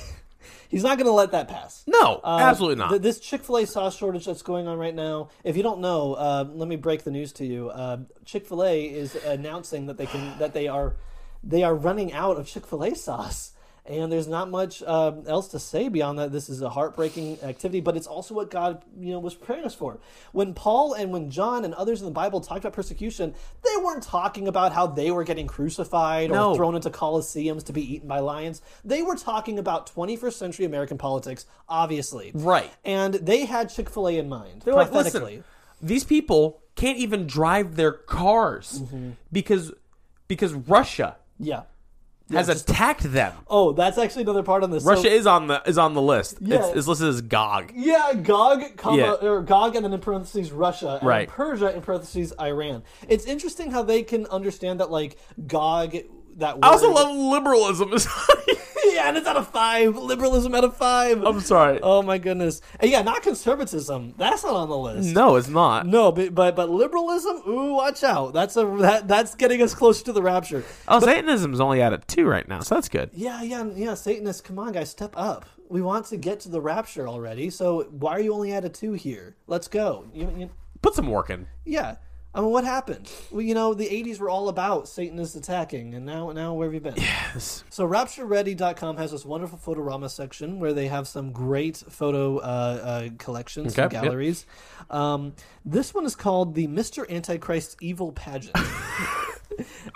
B: he's not going to let that pass.
A: No,
B: Uh,
A: absolutely not.
B: th- this Chick Fil A sauce shortage that's going on right now. If you don't know, uh, let me break the news to you. Uh, Chick Fil A is announcing that they can that they are they are running out of Chick Fil A sauce, and there's not much uh, else to say beyond that. This is a heartbreaking activity, but it's also what God you know was preparing us for. When Paul and when John and others in the Bible talked about persecution, they weren't talking about how they were getting crucified
A: No.
B: or thrown into coliseums to be eaten by lions. They were talking about 21st century American politics, obviously.
A: Right.
B: And they had Chick fil A in mind.
A: They're like,
B: prophetically.
A: listen, these people can't even drive their cars because because Russia
B: yeah.
A: has attacked them.
B: Oh, that's actually another part on this. So-
A: Russia is on the is on the list. It's,
B: Yeah.
A: it's listed as GOG.
B: yeah, Gog, comma,
A: Yeah.
B: or Gog, and then in parentheses Russia, and
A: Right.
B: Persia in parentheses Iran. It's interesting how they can understand that like Gog, that word.
A: I also love liberalism.
B: yeah, and it's out of five. Liberalism out of five.
A: I'm sorry.
B: Oh my goodness. And yeah, not conservatism. That's not on the list.
A: no, it's not.
B: No, but, but but liberalism, ooh, watch out. That's a that that's getting us closer to the rapture.
A: Oh, Satanism's only at a two right now, so that's good.
B: Yeah, yeah, yeah. Satanists, come on, guys, step up. We want to get to the rapture already. So why are you only at a two here? Let's go. You, you,
A: Put some work in.
B: yeah. I mean, what happened? Well, you know, the '80s were all about Satanists attacking, and now, now where have you been? So RaptureReady.com has this wonderful Photorama section where they have some great photo uh, uh, collections, some
A: Okay, yep.
B: galleries. Um, this one is called the Mr. Antichrist Evil Pageant.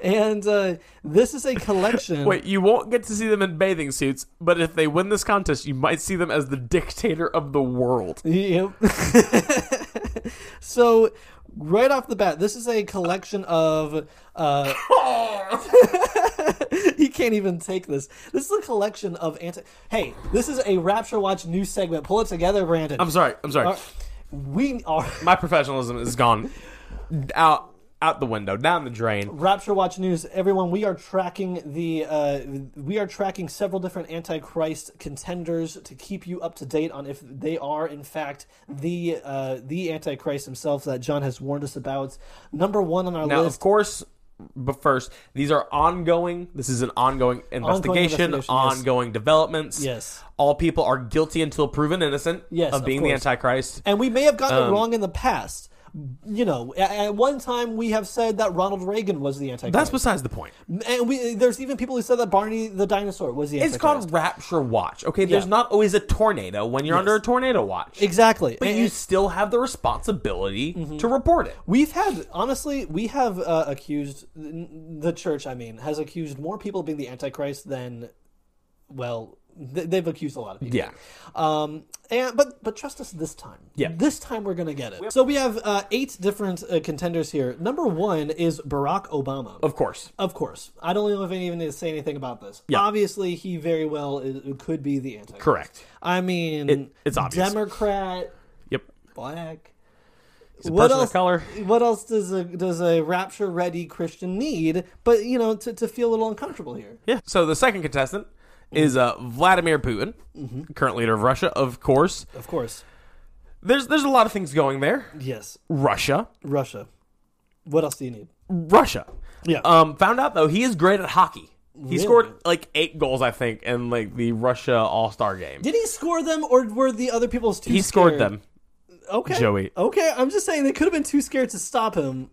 B: and uh, this is a collection.
A: Wait, you won't get to see them in bathing suits, but if they win this contest, you might see them as the dictator of the world.
B: Yep. so right off the bat, this is a collection of. Uh, he can't even take this. This is a collection of anti. Hey, this is a Rapture Watch news segment. Pull it together, Brandon.
A: I'm sorry. I'm sorry.
B: All right. We are
A: My professionalism is gone out out the window, down the drain.
B: Rapture Watch News. Everyone, we are tracking the uh, we are tracking several different Antichrist contenders to keep you up to date on if they are in fact the uh, the Antichrist himself that John has warned us about. Number one on our
A: Now, of
B: list.
A: course, but first, these are ongoing. This is an ongoing investigation, ongoing,
B: investigation, yes.
A: developments.
B: Yes.
A: All people are guilty until proven innocent
B: Yes,
A: of
B: of
A: being the
B: course.
A: Antichrist.
B: and we may have gotten
A: Um,
B: it wrong in the past. You know, at, at one time we have said that Ronald Reagan was the Antichrist.
A: That's besides the point.
B: and we there's even people who said that Barney the dinosaur was the Antichrist.
A: It's called Rapture Watch. Okay, there's
B: Yeah.
A: not always a tornado when you're under a tornado watch.
B: exactly.
A: But
B: And- Mm-hmm.
A: you still have the responsibility to report it.
B: We've had, honestly, we have uh, accused, the church, I mean, has accused more people of being the Antichrist than, well, th- they've accused a lot of people.
A: Yeah.
B: Um, and but but trust us this time.
A: Yeah.
B: This time we're gonna get it. So we have uh, eight different uh, contenders here. Number one is Barack Obama.
A: Of course.
B: Of course, I don't know if any even need to say anything about this.
A: Yeah.
B: Obviously, he very well is, could be the Antichrist.
A: Correct.
B: I mean,
A: It- it's obvious.
B: Democrat,
A: Yep.
B: black.
A: a
B: what
A: person of
B: else?
A: color.
B: What else does a does a rapture ready Christian need? But you know, to, to feel a little uncomfortable here.
A: Yeah. So the second contestant is uh, Vladimir Putin,
B: Mm-hmm.
A: current leader of Russia, of course.
B: Of course,
A: There's there's a lot of things going there.
B: yes,
A: Russia.
B: Russia. What else do you need?
A: Russia.
B: Yeah.
A: Um, found out though he is great at hockey. He scored
B: Really?
A: like eight goals, I think, in like the Russia All Star game.
B: Did he score them, or were the other people's too?
A: he scored
B: scared?
A: them.
B: Okay,
A: Joey.
B: Okay, I'm just saying they could have been too scared to stop him.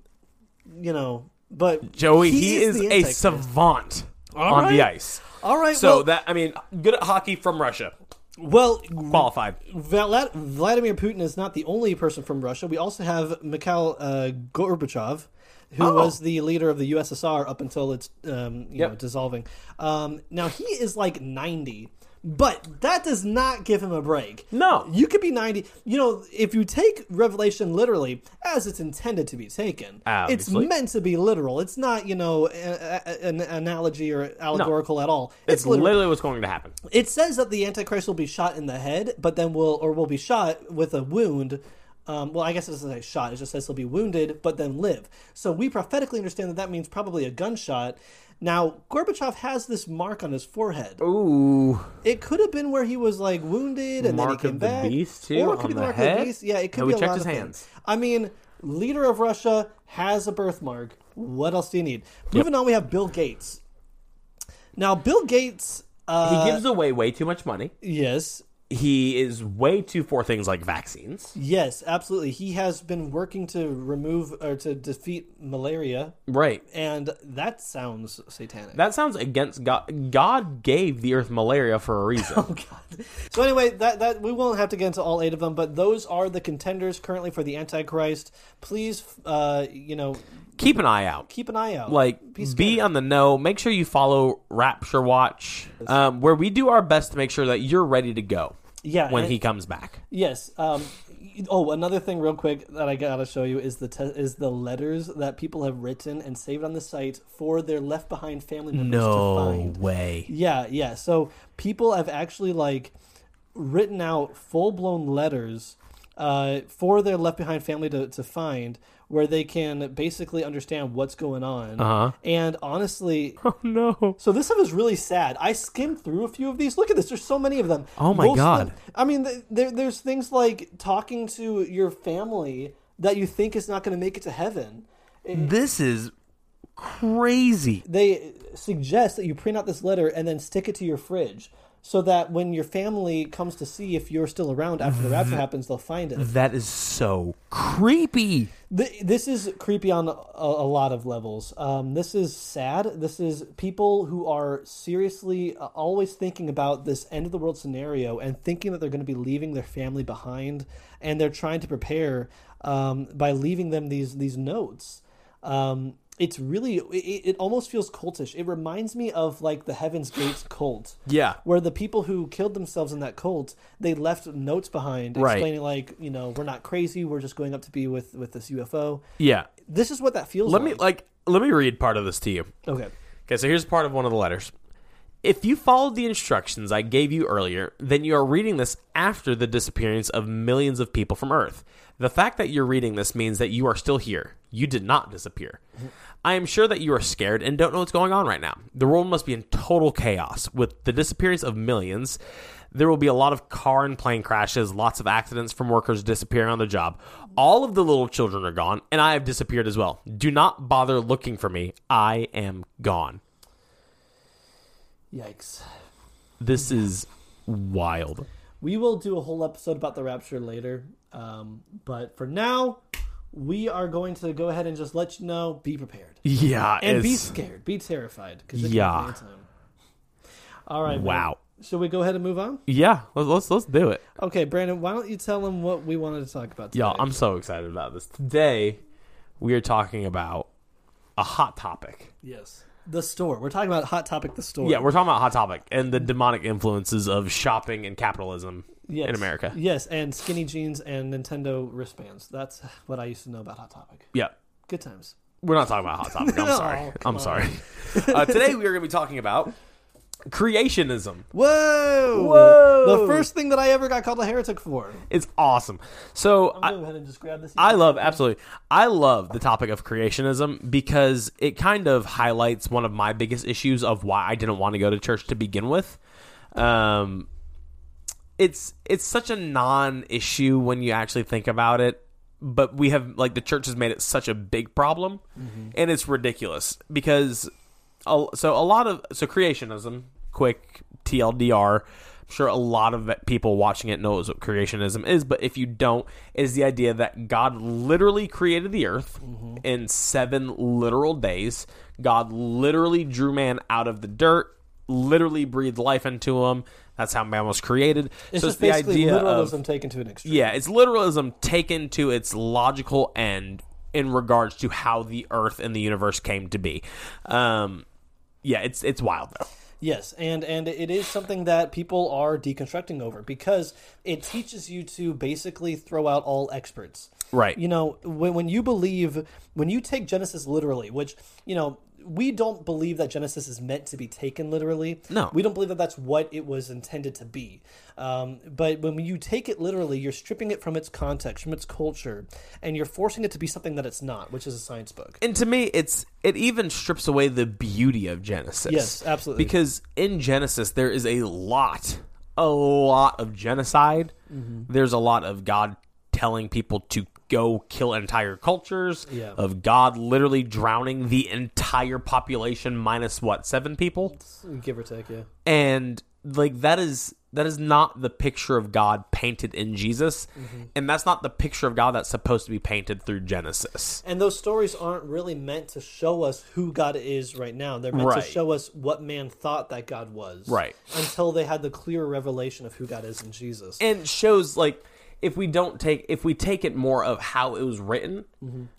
B: You know, but
A: Joey, he, is,
B: the
A: a
B: Antichrist.
A: savant on the
B: right.
A: ice.
B: All right,
A: So
B: well,
A: that I mean, good at hockey from Russia,
B: well,
A: qualified.
B: Val- Vladimir Putin is not the only person from Russia. We also have Mikhail uh, Gorbachev, who
A: Oh.
B: was the leader of the USSR up until its um, you know, dissolving. Um, now he is like ninety. But that does not give him a break.
A: No.
B: You could be 90. You know, if you take Revelation literally as it's intended to be taken,
A: Obviously.
B: it's meant to be literal. It's not, you know, a- a- an analogy or allegorical at all.
A: It's,
B: literal
A: literally, what's going to happen.
B: it says that the antichrist will be shot in the head but then will or will be shot with a wound um, well i guess it doesn't say shot it just says he'll be wounded but then live so we prophetically understand that that means probably a gunshot now gorbachev has this mark on his forehead
A: Oh. Ooh.
B: it could have been where he was like wounded and
A: Mark
B: then he came
A: of the
B: back
A: beast, too,
B: or it could
A: on
B: be the
A: the
B: mark of
A: head?
B: the beast yeah it could
A: Have we
B: be a
A: checked
B: lot
A: his
B: of things.
A: hands?
B: i mean leader of russia has a birthmark what else do you need moving on we have bill gates now bill gates
A: He
B: uh,
A: gives away way too much money.
B: yes
A: He is way too for things like vaccines.
B: Yes, absolutely. He has been working to remove or to defeat malaria,
A: Right.
B: and that sounds satanic.
A: That sounds against God. God gave the earth malaria for a reason.
B: God. So anyway, that that we won't have to get into all eight of them, but those are the contenders currently for the Antichrist. Please, uh, you know,
A: Keep an eye out.
B: keep an eye out.
A: like
B: Be
A: be
B: scared.
A: on the know make sure you follow rapture watch um, where we do our best to make sure that you're ready to go
B: Yeah,
A: when
B: and-
A: he comes back
B: yes. Um, y- oh, another thing, real quick, that I gotta show you is the te- is the letters that people have written and saved on the site for their left behind family members to find.
A: way
B: Yeah, yeah. So people have actually like written out full blown letters uh, for their left behind family to, to find where they can basically understand what's going on. Uh-huh. And honestly,
A: Oh, no
B: so this stuff is really sad. I skimmed through a few of these. Look at this. There's so many of them.
A: Oh my
B: Most of them-
A: God.
B: I mean, th- there, there's things like talking to your family that you think is not going to make it to heaven.
A: this is crazy
B: they suggest that you print out this letter and then stick it to your fridge so that when your family comes to see if you're still around after the rapture happens they'll find it
A: that is so creepy
B: Th- this is creepy on a, a lot of levels um, this is sad this is people who are seriously uh, always thinking about this end of the world scenario and thinking that they're going to be leaving their family behind and they're trying to prepare um, by leaving them these these notes um, it's really it, it almost feels cultish it reminds me of like the heaven's gates cult
A: Yeah.
B: where the people who killed themselves in that cult they left notes behind
A: Right.
B: explaining like you know we're not crazy we're just going up to be with with this ufo
A: yeah
B: this is what that feels
A: let me
B: like
A: like let me read part of this to you
B: okay
A: Okay, so here's part of one of the letters. If you followed the instructions I gave you earlier, then you are reading this after the disappearance of millions of people from Earth. The fact that you're reading this means that you are still here. You did not disappear. I am sure that you are scared and don't know what's going on right now. The world must be in total chaos. With the disappearance of millions, there will be a lot of car and plane crashes, lots of accidents from workers disappearing on the job. All of the little children are gone, and I have disappeared as well. Do not bother looking for me. I am gone.
B: yikes
A: This is wild.
B: we will do a whole episode about the rapture later um, but for now we are going to go ahead and just let you know be prepared
A: Yeah,
B: and be scared be terrified because
A: Yeah.
B: yeah all right man.
A: Wow.
B: should we go ahead and move on
A: yeah. Let's, let's let's do it,
B: Okay, Brandon, why don't you tell them what we wanted to talk about today?
A: y'all. I'm so excited about this. Today, we are talking about a hot topic.
B: yes. The store. We're talking about Hot Topic the store.
A: Yeah, we're talking about hot topic and the demonic influences of shopping and capitalism
B: Yes.
A: in America.
B: Yes, and skinny jeans and Nintendo wristbands. That's what I used to know about Hot Topic.
A: Yeah.
B: Good times.
A: We're not talking about hot topic. I'm
B: No,
A: sorry.
B: come
A: I'm sorry. Uh, today we are going to be talking about creationism.
B: Whoa!
A: Whoa!
B: The first thing that I ever got called a heretic for.
A: It's awesome. So
B: I'm
A: I,
B: going to go ahead and just grab this.
A: I love absolutely. I love the topic of creationism because it kind of highlights one of my biggest issues of why I didn't want to go to church to begin with. Um, it's it's such a non-issue when you actually think about it, but we have like the church has made it such a big problem,
B: Mm-hmm.
A: and it's ridiculous because a- so a lot of so creationism quick tldr i'm sure a lot of people watching it knows what creationism is but if you don't is the idea that god literally created the earth
B: Mm-hmm.
A: in seven literal days god literally drew man out of the dirt literally breathed life into him that's how man was created
B: It's
A: so it's
B: just
A: the
B: basically
A: idea of
B: literalism taken to an extreme.
A: yeah, it's literalism taken to its logical end in regards to how the Earth and the universe came to be. Um, yeah, it's it's wild though.
B: Yes, and and it is something that people are deconstructing over because it teaches you to basically throw out all experts.
A: Right.
B: You know, when when you believe when you take Genesis literally, which, you know, we don't believe that Genesis is meant to be taken literally.
A: No.
B: We don't believe that that's what it was intended to be. Um, but when you take it literally, you're stripping it from its context, from its culture, and you're forcing it to be something that it's not, which is a science book.
A: and to me it's it even strips away the beauty of genesis
B: Yes, absolutely.
A: because in genesis there is a lot a lot of genocide
B: Mm-hmm.
A: there's a lot of god telling people to go kill entire cultures
B: Yeah.
A: of god literally drowning the entire population minus what seven people
B: Give or take, yeah.
A: and like that is that is not the picture of god painted in jesus and that's not the picture of god that's supposed to be painted through genesis
B: And those stories aren't really meant to show us who God is right now. They're meant
A: Right.
B: to show us what man thought that God was.
A: Right.
B: Until they had the clear revelation of who God is in Jesus.
A: and shows like if we don't take if we take it more of how it was written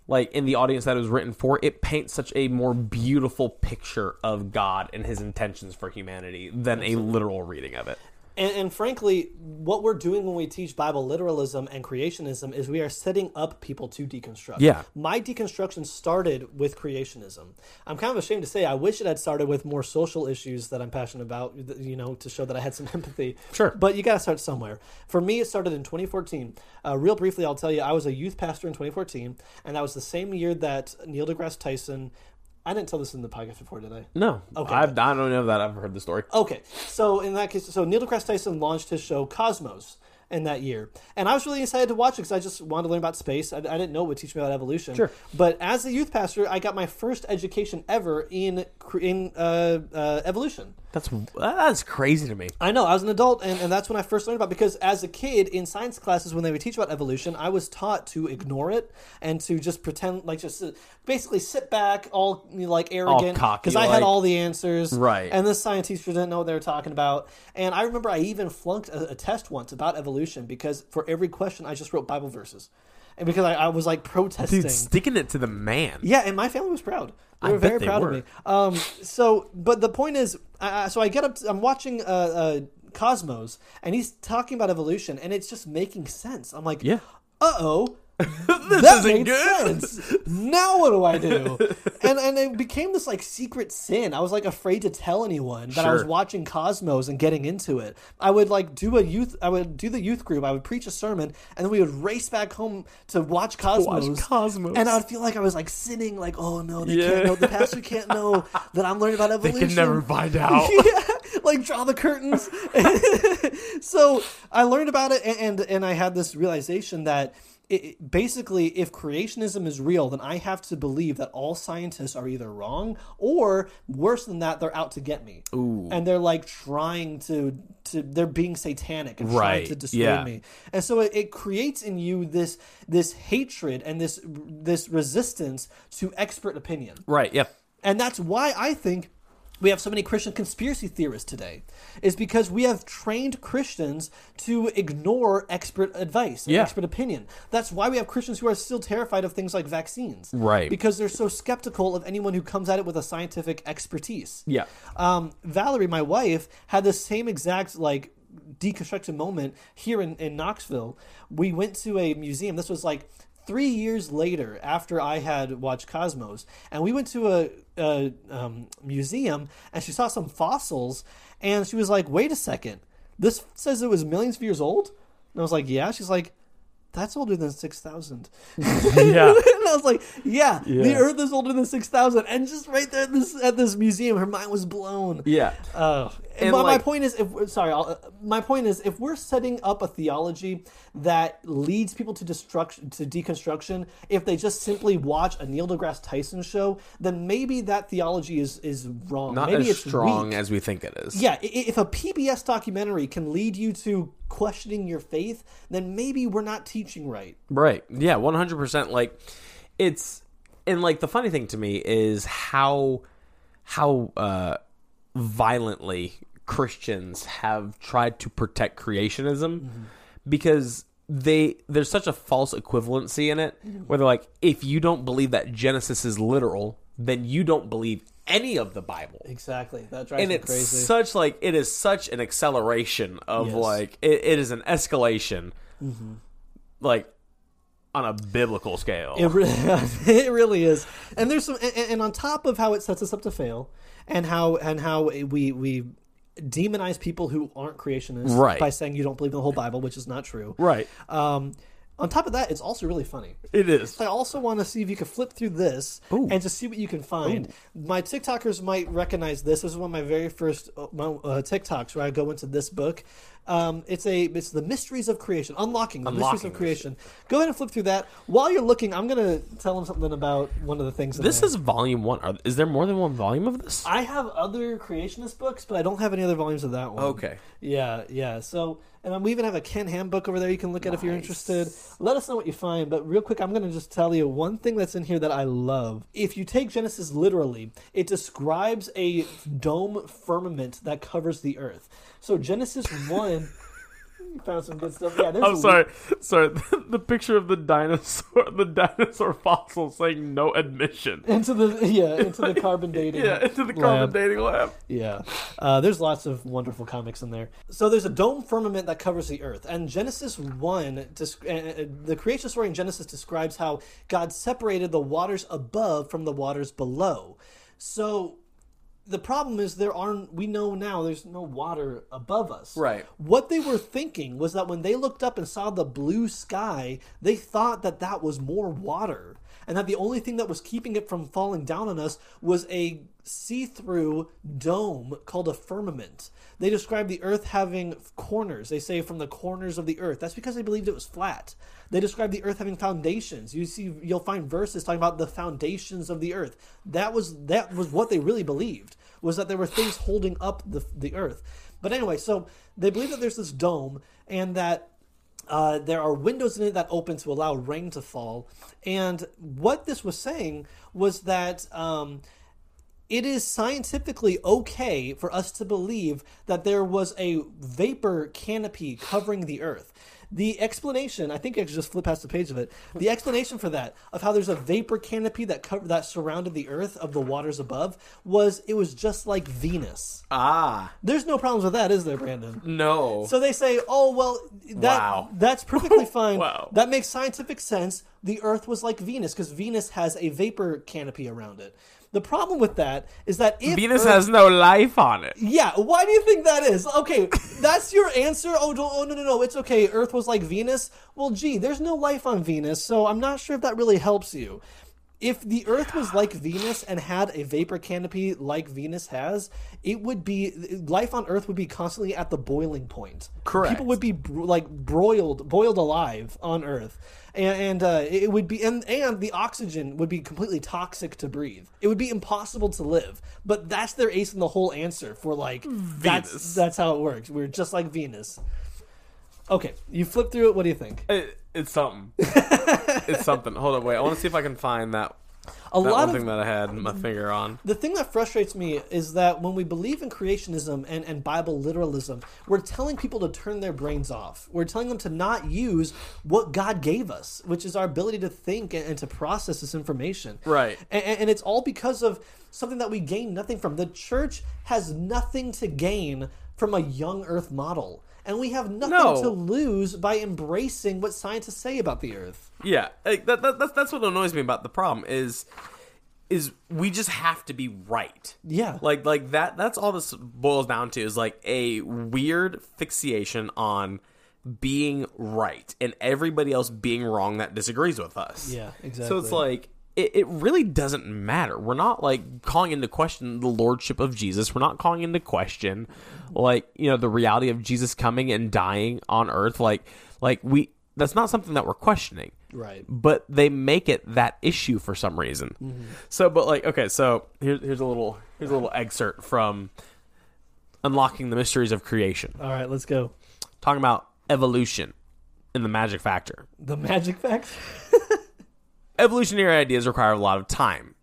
A: like in the audience that it was written for it paints such a more beautiful picture of god and his intentions for humanity than a literal reading of it
B: And, and frankly, what we're doing when we teach Bible literalism and creationism is we are setting up people to deconstruct.
A: Yeah.
B: My deconstruction started with creationism. I'm kind of ashamed to say I wish it had started with more social issues that I'm passionate about, th- you know, to show that I had some empathy.
A: Sure.
B: But you got to start somewhere. For me, it started in 2014. Uh, real briefly, I'll tell you, I was a youth pastor in 2014, and that was the same year that Neil deGrasse Tyson. I didn't tell this in the podcast before, did I?
A: no
B: Okay.
A: I've, i don't know that i've heard the story
B: Okay, so in that case, so Neil deGrasse Tyson launched his show Cosmos in that year, and I was really excited to watch it because I just wanted to learn about space. I, I didn't know it would teach me about evolution. Sure. But as a youth pastor, I got my first education ever in cr- in uh, uh, evolution.
A: that's that's crazy to me
B: I know. I was an adult, and, and that's when I first learned about. Because as a kid in science classes, when they would teach about evolution, I was taught to ignore it and to just pretend, like just uh, basically sit back, all you know, like arrogant,
A: cocky,
B: I
A: like-
B: had all the answers,
A: Right.
B: And this science teacher didn't know what they were talking about. And I remember I even flunked a, a test once about evolution because for every question I just wrote Bible verses, and because I, I was like protesting.
A: dude sticking it to the man
B: Yeah, and my family was proud. They
A: I
B: were
A: bet
B: very
A: they
B: proud
A: were.
B: of me. Um, so, but the point is, I, I- so I get up. To, I'm watching uh, uh, Cosmos, and he's talking about evolution, and it's just making sense. I'm like,
A: Yeah.
B: uh oh. this
A: isn't good.
B: sense. Now what do I do? and and it became this like secret sin. I was like afraid to tell anyone that I was
A: Sure.
B: watching Cosmos and getting into it. I would like do a youth. I would do the youth group. I would preach a sermon, and then we would race back home to watch Cosmos.
A: Cosmos.
B: And I would feel like I was like sinning. Like, oh no, they
A: Yeah.
B: can't know. The pastor can't know that I'm learning about
A: they can
B: evolution.
A: never find out
B: Yeah, like draw the curtains. so I learned about it, and and, and I had this realization that. It, it- basically, if creationism is real, then I have to believe that all scientists are either wrong or, worse than that, they're out to get me. Ooh. And they're like trying to, to they're being satanic and trying
A: Right,
B: to destroy
A: yeah.
B: me. And so it, it creates in you this this hatred and this this resistance to expert opinion.
A: right yep
B: And that's why I think we have so many Christian conspiracy theorists today, is because we have trained Christians to ignore expert advice and
A: Yeah.
B: expert opinion. That's why we have Christians who are still terrified of things like vaccines.
A: Right.
B: Because they're so skeptical of anyone who comes at it with a scientific expertise.
A: Yeah.
B: Um, Valerie, my wife, had the same exact like deconstruction moment here in, in Knoxville. We went to a museum. This was like three years later after I had watched Cosmos, and we went to a, a um, museum, and she saw some fossils, and she was like, "Wait a second, this says it was millions of years old." And I was like, "Yeah." She's like. That's older than 6,000.
A: yeah
B: and I was like, yeah, the Earth is older than six thousand, and just right there at this at this museum, her mind was blown.
A: yeah
B: Oh,
A: And,
B: my,
A: like-
B: my point is, if we're- sorry, I'll, uh, my point is, if we're setting up a theology that leads people to destruction, to deconstruction, if they just simply watch a Neil deGrasse Tyson show, then maybe that theology is is wrong.
A: not
B: maybe
A: as
B: it's
A: strong
B: weak.
A: as we think it is
B: Yeah, i- i- if a PBS documentary can lead you to questioning your faith, then maybe we're not teaching right.
A: Right. Yeah, 100% like it's and like the funny thing to me is how how uh violently Christians have tried to protect creationism
B: Mm-hmm.
A: because they there's such a false
B: Mm-hmm.
A: equivalency in it where they're like if you don't believe that Genesis is literal, then you don't believe any of the Bible.
B: Exactly. That drives
A: And
B: me
A: it's
B: crazy.
A: such like it is such an acceleration of
B: Yes. Mm-hmm.
A: like it, it is an escalation, like on a biblical scale.
B: It really, it really is. And there's some, and, and on top of how it sets us up to fail, and how and how we we demonize people who aren't creationists
A: Right.
B: by saying you don't believe in the whole Bible, which is not true.
A: right,
B: Um, on top of that, it's also really funny.
A: it is.
B: I also want to see if you can flip through this and just see what you can find. My TikTokers might recognize this. This is one of my very first uh, my, uh, TikToks where I go into this book. Um, it's a it's the mysteries of creation, unlocking the mysteries
A: Unlocking
B: of
A: this.
B: creation. Go ahead and flip through that. While you're looking, I'm gonna tell them something about one of the things. in
A: This
B: there.
A: is volume one. Are, is there more than one volume of this?
B: I have other creationist books, but I don't have any other volumes of that one.
A: Okay.
B: Yeah, yeah. So, and um, we even have a Ken Ham book over there you can look at if you're interested. Let us know what you find. But real quick, I'm going to just tell you one thing that's in here that I love. If you take Genesis literally, it describes a dome firmament that covers the earth. So Genesis one found some good stuff. Yeah, there's
A: I'm
B: a-
A: Oh, sorry, sorry. The, picture of the dinosaur, the dinosaur fossil saying no admission.
B: into the yeah into the carbon dating.
A: Yeah, into the
B: lab.
A: carbon dating lab.
B: Yeah. Uh, there's lots of wonderful comics in there. So there's a dome firmament that covers the earth. And Genesis 1, desc- uh, uh, the creation story in Genesis describes how God separated the waters above from the waters below. So the problem is there aren't we know now there's no water above us
A: Right.
B: what they were thinking was that when they looked up and saw the blue sky they thought that that was more water and that the only thing that was keeping it from falling down on us was a see-through dome called a firmament they describe the earth having corners they say from the corners of the earth that's because they believed it was flat they describe the earth having foundations you see you'll find verses talking about the foundations of the earth that was that was what they really believed was that there were things holding up the, the earth. But anyway, so they believe that there's this dome and that uh, there are windows in it that open to allow rain to fall. And what this was saying was that um, it is scientifically okay for us to believe that there was a vapor canopy covering the earth. The explanation, I think I should just flip past the page of it. The explanation for that, of how there's a vapor canopy that cover, that surrounded the earth of the waters above, was it was just like Venus.
A: Ah,
B: There's no problems with that, is there, Brandon?
A: no.
B: So they say, "Oh well, that
A: Wow.
B: that's perfectly fine.
A: Wow.
B: That makes scientific sense. The Earth was like Venus because Venus has a vapor canopy around it. The problem with that is that if
A: Venus
B: Earth-
A: has no life on it.
B: yeah, why do you think that is? Okay, that's your answer. Oh, don't, oh no, no, no, it's okay. Earth was like Venus. Well, gee, there's no life on Venus, so I'm not sure if that really helps you. If the Earth was like Venus and had a vapor canopy like Venus has, it would be life on Earth would be constantly at the boiling point.
A: Correct.
B: People would be bro- like broiled, boiled alive on Earth, and, and uh, it would be and and the oxygen would be completely toxic to breathe. It would be impossible to live. But that's their ace in the whole answer for like that's that's how it works. We're just like Venus. Okay, you flip through it. What do you think?
A: It, it's something. it's something. Hold on, wait. I want to see if I can find that
B: A
A: that
B: lot
A: one
B: of Mm-hmm.
A: thing that I had my finger on.
B: the thing that frustrates me is that when we believe in creationism and, and Bible literalism, we're telling people to turn their brains off. We're telling them to not use what God gave us, which is our ability to think and, and to process this information.
A: Right.
B: And, and and it's all because of something that we gain nothing from. The church has nothing to gain from a young earth model. And we have nothing
A: No.
B: to lose by embracing what scientists say about the earth.
A: Yeah, like, that, that, that's that's what annoys me about the problem is is we just have to be right.
B: Yeah.
A: like like that. That's all this boils down to is like a weird fixation on being right and everybody else being wrong that disagrees with us.
B: Yeah,
A: So it's
B: exactly.
A: like. It, it really doesn't matter. We're not like calling into question the lordship of Jesus. We're not calling into question, like you know, the reality of Jesus coming and dying on Earth. Like, like we that's not something that we're questioning
B: Right.
A: but they make it that issue for some reason. So, but like, okay, so here's here's a little here's a little excerpt from unlocking the mysteries of creation,
B: All right, let's go.
A: talking about evolution and the magic factor.
B: The magic facts.
A: Evolutionary ideas require a lot of time,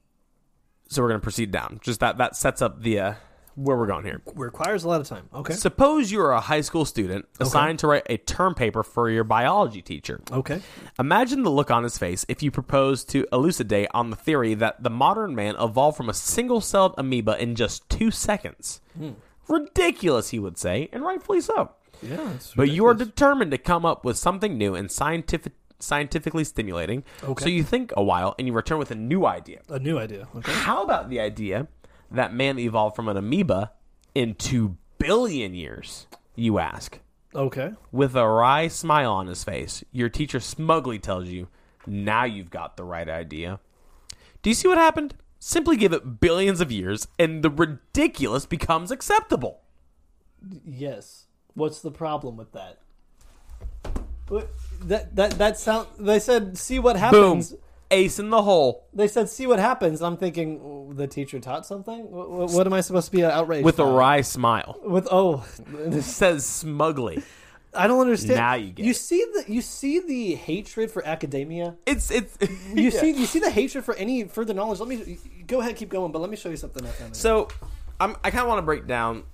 A: so we're going to proceed down. Just that that sets up the uh, where we're going here.
B: Requires a lot of time. Okay.
A: Suppose you are a high school student assigned to write a term paper for your biology teacher.
B: okay.
A: Imagine the look on his face if you proposed to elucidate on the theory that the modern man evolved from a single celled amoeba in just two seconds. Ridiculous, he would say, and rightfully so.
B: Yeah.
A: But you are determined to come up with something new and scientific, scientifically stimulating.
B: Okay.
A: So you think a while and you return with a new idea.
B: a new idea. Okay.
A: How about the idea that man evolved from an amoeba in two billion years? You ask.
B: Okay.
A: With a wry smile on his face, your teacher smugly tells you, now you've got the right idea. Do you see what happened? Simply give it billions of years, and the ridiculous becomes acceptable.
B: Yes. What's the problem with that? What- That that that sound. They said, "See what
A: Boom.
B: happens."
A: Ace in the hole.
B: They said, "See what happens." I'm thinking "Oh, the teacher taught something. What, what am I supposed to be outraged
A: With a
B: about?
A: wry smile.
B: With oh,
A: Says smugly.
B: I don't understand.
A: Now you get
B: you
A: it.
B: see the you see the hatred for academia.
A: It's, it's.
B: You see you see the hatred for any further knowledge. Let me go ahead, keep going, but let me show you something. I found
A: So, I'm, I kind of want to break down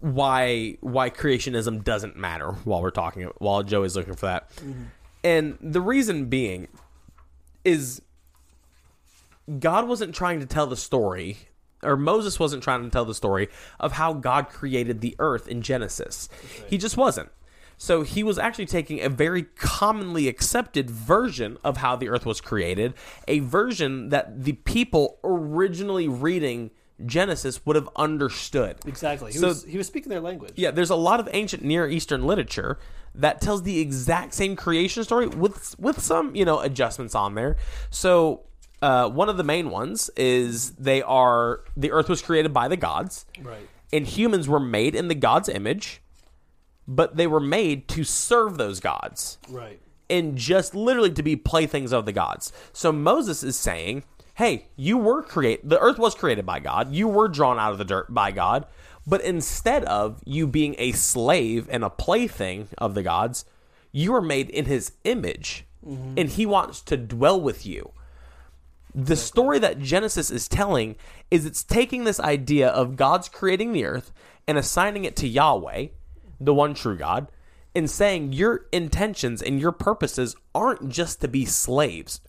A: why why creationism doesn't matter while we're talking while Joey's looking for that, and the reason being is God wasn't trying to tell the story, or Moses wasn't trying to tell the story of how God created the earth in Genesis. He just wasn't. So he was actually taking a very commonly accepted version of how the earth was created, a version that the people originally reading Genesis would have understood.
B: exactly. He
A: So-
B: was he was speaking their language.
A: Yeah, there's a lot of ancient Near Eastern literature that tells the exact same creation story with with some you know adjustments on there. So uh, one of the main ones is they are the Earth was created by the gods,
B: Right.
A: and humans were made in the gods' image, but they were made to serve those gods
B: Right.
A: and just literally to be playthings of the gods. So Moses is saying, "Hey, you were create the earth was created by God. You were drawn out of the dirt by God, but instead of you being a slave and a plaything of the gods, you are made in his image, and he wants to dwell with you." the story that Genesis is telling is it's taking this idea of God's creating the earth and assigning it to Yahweh, the one true God, and saying your intentions and your purposes aren't just to be slaves.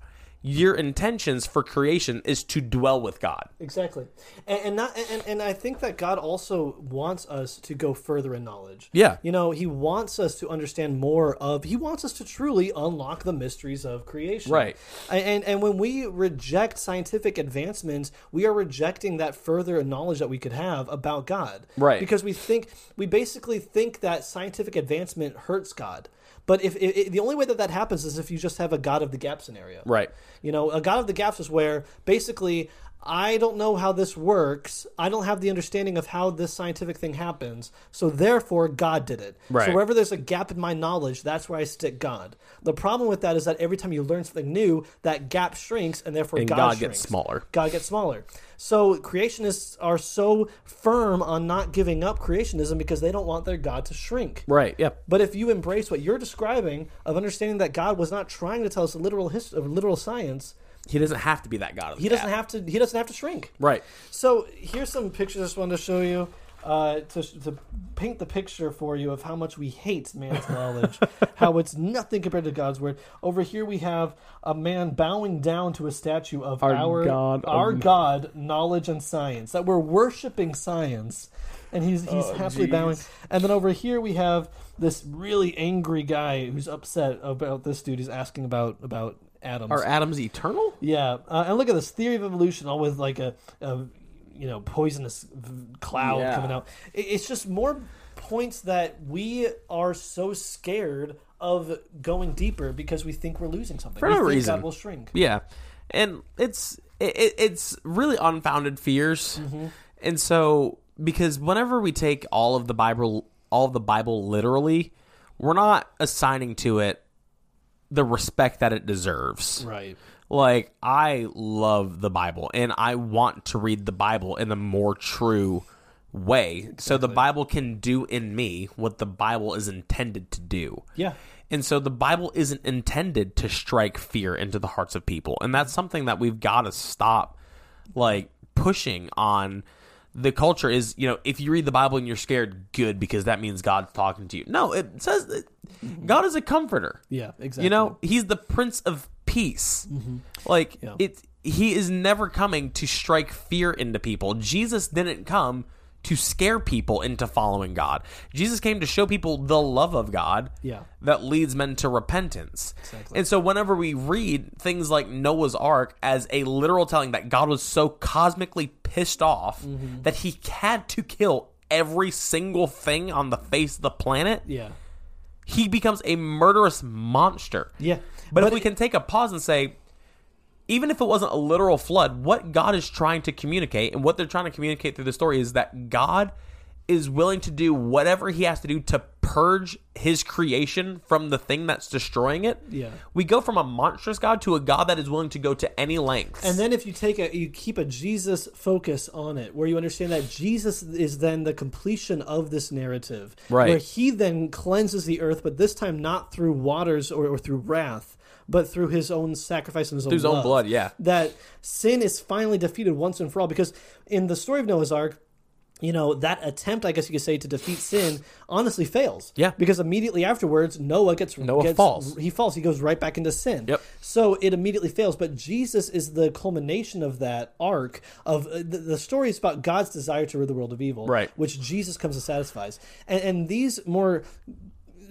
A: Your intentions for creation is to dwell with God.
B: Exactly, and, and not and, and I think that God also wants us to go further in knowledge.
A: Yeah.
B: you know, He wants us to understand more of. He wants us to truly unlock the mysteries of creation.
A: Right.
B: A- and and when we reject scientific advancements, we are rejecting that further knowledge that we could have about God.
A: Right.
B: because we think we basically think that scientific advancement hurts God. But if, if, if the only way that that happens is if you just have a God of the gap scenario,
A: Right.
B: you know, a God of the Gaps is where basically I don't know how this works. I don't have the understanding of how this scientific thing happens. So therefore, God did it.
A: Right.
B: So wherever there's a gap in my knowledge, that's where I stick God. The problem with that is that every time you learn something new, that gap shrinks, and therefore
A: And
B: God,
A: God gets
B: shrinks.
A: smaller.
B: God gets smaller. So creationists are so firm on not giving up creationism because they don't want their God to shrink.
A: Right. Yep.
B: But if you embrace what you're describing of understanding that God was not trying to tell us a literal history of literal science,
A: He doesn't have to be that God. Of
B: he doesn't have to. He doesn't have to shrink.
A: Right.
B: So here's some pictures I just wanted to show you uh, to, to paint the picture for you of how much we hate man's knowledge, how it's nothing compared to God's word. Over here we have a man bowing down to a statue of our,
D: God
B: our
D: of-
B: God, knowledge and science. That we're worshiping science, and he's he's
D: Oh,
B: happily bowing. And then over here we have this really angry guy who's upset about this dude. He's asking about about Adam's
A: Are atoms eternal?
B: yeah, uh, and look at this theory of evolution, all with like a, a you know poisonous v- cloud
A: Yeah.
B: coming out. It, it's just more points that we are so scared of going deeper because we think we're losing something.
A: For
B: we
A: no
B: think
A: reason.
B: God will shrink.
A: Yeah, and it's it, it- it's really unfounded fears,
B: Mm-hmm.
A: and so because whenever we take all of the Bible, all of the Bible literally, we're not assigning to it the respect that it deserves.
B: Right.
A: Like I love the Bible, and I want to read the Bible in a more true way, so the Bible can do in me what the Bible is intended to do.
B: Yeah.
A: And so the Bible isn't intended to strike fear into the hearts of people. And that's something that we've got to stop like pushing on the culture is, you know, if you read the Bible and you're scared, good because that means God's talking to you. No, it says that God is a comforter.
B: Yeah, exactly. Mm-hmm.
A: You know, he's the prince of peace. Like
B: Yeah.
A: it he is never coming to strike fear into people. Jesus didn't come to scare people into following God. Jesus came to show people the love of God
B: Yeah.
A: that leads men to repentance. And so whenever we read things like Noah's ark as a literal telling that God was so cosmically pissed off
B: Mm-hmm.
A: that he had to kill every single thing on the face of the planet,
B: yeah,
A: he becomes a murderous monster.
B: yeah.
A: But, if we can take a pause and say, even if it wasn't a literal flood, what God is trying to communicate and what they're trying to communicate through the story is that God is willing to do whatever he has to do to purge his creation from the thing that's destroying it.
B: Yeah.
A: We go from a monstrous God to a God that is willing to go to any lengths.
B: And then if you take a you keep a Jesus focus on it, where you understand that Jesus is then the completion of this narrative.
A: Right.
B: Where he then cleanses the earth, but this time not through waters or, or through wrath, but through his own sacrifice and his
A: Through his own
B: love.
A: blood, yeah.
B: That sin is finally defeated once and for all. Because in the story of Noah's Ark, you know, that attempt, I guess you could say, to defeat sin honestly fails.
A: Yeah.
B: Because immediately afterwards, Noah gets
A: Noah
B: gets-
A: falls.
B: He falls. He goes right back into sin.
A: Yep.
B: So it immediately fails. But Jesus is the culmination of that arc of uh, the, the story is about God's desire to rid the world of evil,
A: Right.
B: Which Jesus comes and satisfies. And, and these more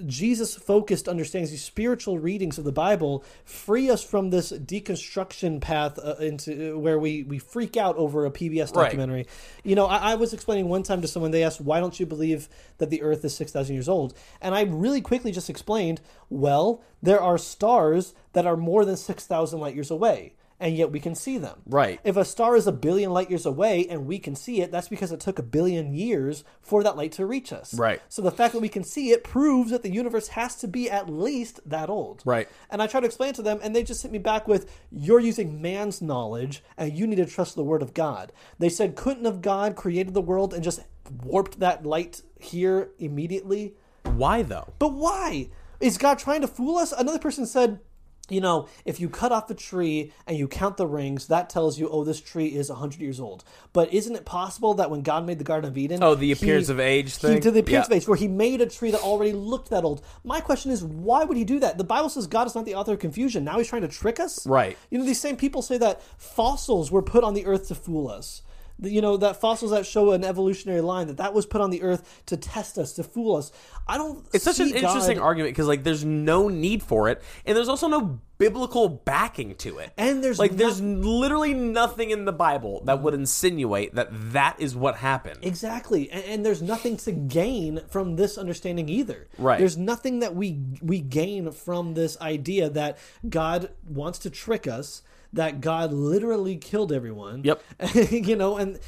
B: Jesus focused understandings, these spiritual readings of the Bible, free us from this deconstruction path uh, into where we we freak out over a PBS
A: Right.
B: documentary. You know, I, I was explaining one time to someone. They asked, "Why don't you believe that the Earth is six thousand years old?" And I really quickly just explained, "Well, there are stars that are more than six thousand light years away." And yet we can see them.
A: Right.
B: If a star is a billion light years away and we can see it, that's because it took a billion years for that light to reach us.
A: Right.
B: So the fact that we can see it proves that the universe has to be at least that old.
A: Right.
B: And I try to explain it to them, and they just hit me back with, "You're using man's knowledge, and you need to trust the word of God." They said, "Couldn't have God created the world and just warped that light here immediately?"
A: Why though?
B: But why? Is God trying to fool us? Another person said, you know, if you cut off a tree and you count the rings, that tells you, oh, this tree is 100 years old. But isn't it possible that when God made the Garden of Eden.
A: Oh, the appearance of age
B: He
A: thing?
B: did the appearance
A: Yeah.
B: of age, where he made a tree that already looked that old. My question is, why would he do that? The Bible says God is not the author of confusion. Now he's trying to trick us?
A: Right.
B: You know, these same people say that fossils were put on the earth to fool us. That, You know, that fossils that show an evolutionary line, that that was put on the earth to test us, to fool us. I don't
A: It's such an
B: see
A: interesting
B: God-
A: argument because like there's no need for it, and there's also no biblical backing to it.
B: And there's
A: like there's
B: noth-
A: literally nothing in the Bible that would insinuate that that is what happened.
B: Exactly, and, and there's nothing to gain from this understanding either.
A: Right.
B: There's nothing that we we gain from this idea that God wants to trick us, that God literally killed everyone.
A: Yep.
B: you know, and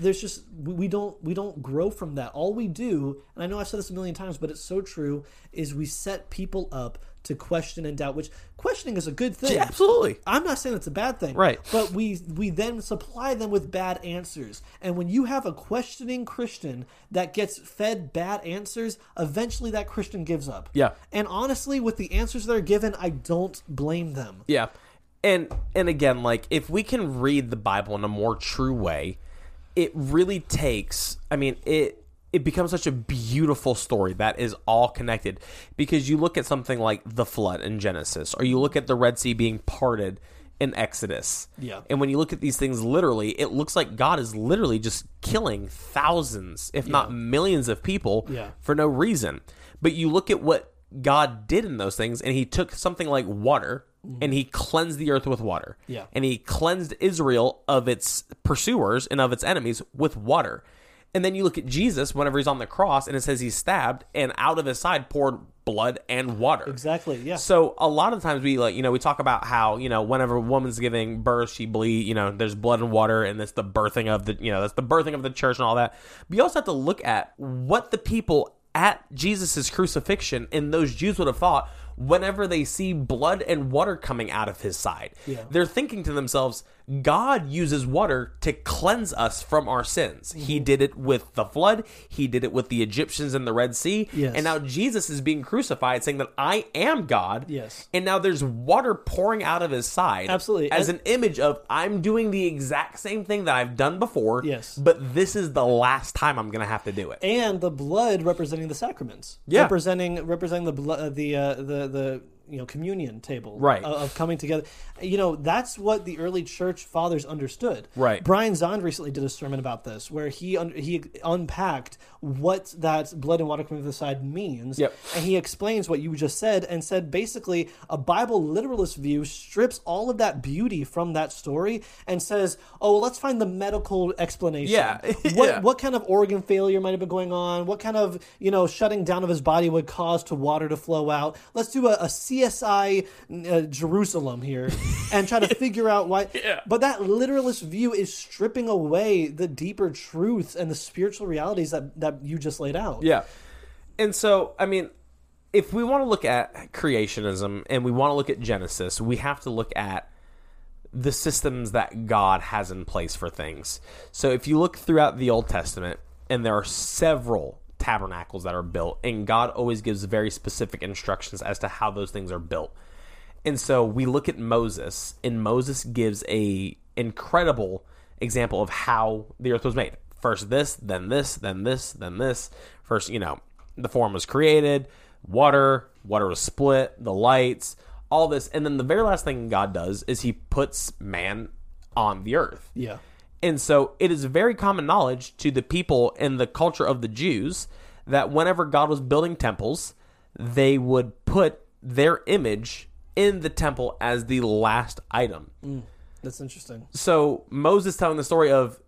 B: there's just we we don't we don't grow from that. All we do, and I know I've said this a million times, but it's so true, is we set people up to question and doubt, which questioning is a good thing.
A: Yeah, absolutely.
B: I'm not saying it's a bad thing.
A: Right.
B: But we we then supply them with bad answers. And when you have a questioning Christian that gets fed bad answers, eventually that Christian gives up.
A: Yeah.
B: And honestly, with the answers they're given, I don't blame them.
A: Yeah. And and again, like if we can read the Bible in a more true way, it really takes I mean, it it becomes such a beautiful story that is all connected because you look at something like the flood in Genesis or you look at the Red Sea being parted in Exodus.
B: Yeah.
A: And when you look at these things literally, it looks like God is literally just killing thousands, if not millions of people
B: Yeah.
A: for no reason. But you look at what God did in those things, and He took something like water and He cleansed the earth with water.
B: Yeah.
A: And He cleansed Israel of its pursuers and of its enemies with water. And then you look at Jesus whenever He's on the cross, and it says He's stabbed, and out of His side poured blood and water.
B: Exactly. Yeah.
A: So a lot of times we like you know we talk about how you know whenever a woman's giving birth she bleed you know there's blood and water and it's the birthing of the you know that's the birthing of the church and all that. But you also have to look at what the people at Jesus's crucifixion and those Jews would have thought whenever they see blood and water coming out of his side. They're thinking to themselves, God uses water to cleanse us from our sins. He
B: Mm-hmm.
A: did it with the flood, He did it with the Egyptians in the Red Sea.
B: Yes.
A: And now Jesus is being crucified, saying that I am God.
B: Yes.
A: And now there's water pouring out of his side.
B: Absolutely.
A: As
B: And-
A: an image of I'm doing the exact same thing that I've done before.
B: Yes.
A: But this is the last time I'm going to have to do it.
B: and the blood representing the sacraments,
A: Yeah.
B: representing representing the blo- uh, the uh, the the you know communion table,
A: Right.
B: Of, of coming together, you know that's what the early church fathers understood.
A: Right.
B: Brian Zond recently did a sermon about this, where he un- he unpacked what that blood and water coming to the side means,
A: Yep.
B: and he explains what you just said, and said basically a Bible literalist view strips all of that beauty from that story and says, oh, well, let's find the medical explanation.
A: Yeah.
B: What,
A: Yeah.
B: what what kind of organ failure might have been going on, what kind of you know shutting down of his body would cause to water to flow out. Let's do a, a CSI uh, Jerusalem here and try to figure out why. But that literalist view is stripping away the deeper truths and the spiritual realities that that you just laid out.
A: Yeah. And so, I mean, if we want to look at creationism and we want to look at Genesis, we have to look at the systems that God has in place for things. So if you look throughout the Old Testament, and there are several tabernacles that are built, and God always gives very specific instructions as to how those things are built. And so we look at Moses, and Moses gives a incredible example of how the earth was made. First this, then this, then this, then this. First, you know, the form was created, water, water was split, the lights, all this. And then the very last thing God does is he puts man on the earth.
B: Yeah.
A: And so it is very common knowledge to the people and the culture of the Jews that whenever God was building temples, they would put their image in the temple as the last item.
B: That's interesting.
A: So Moses telling the story of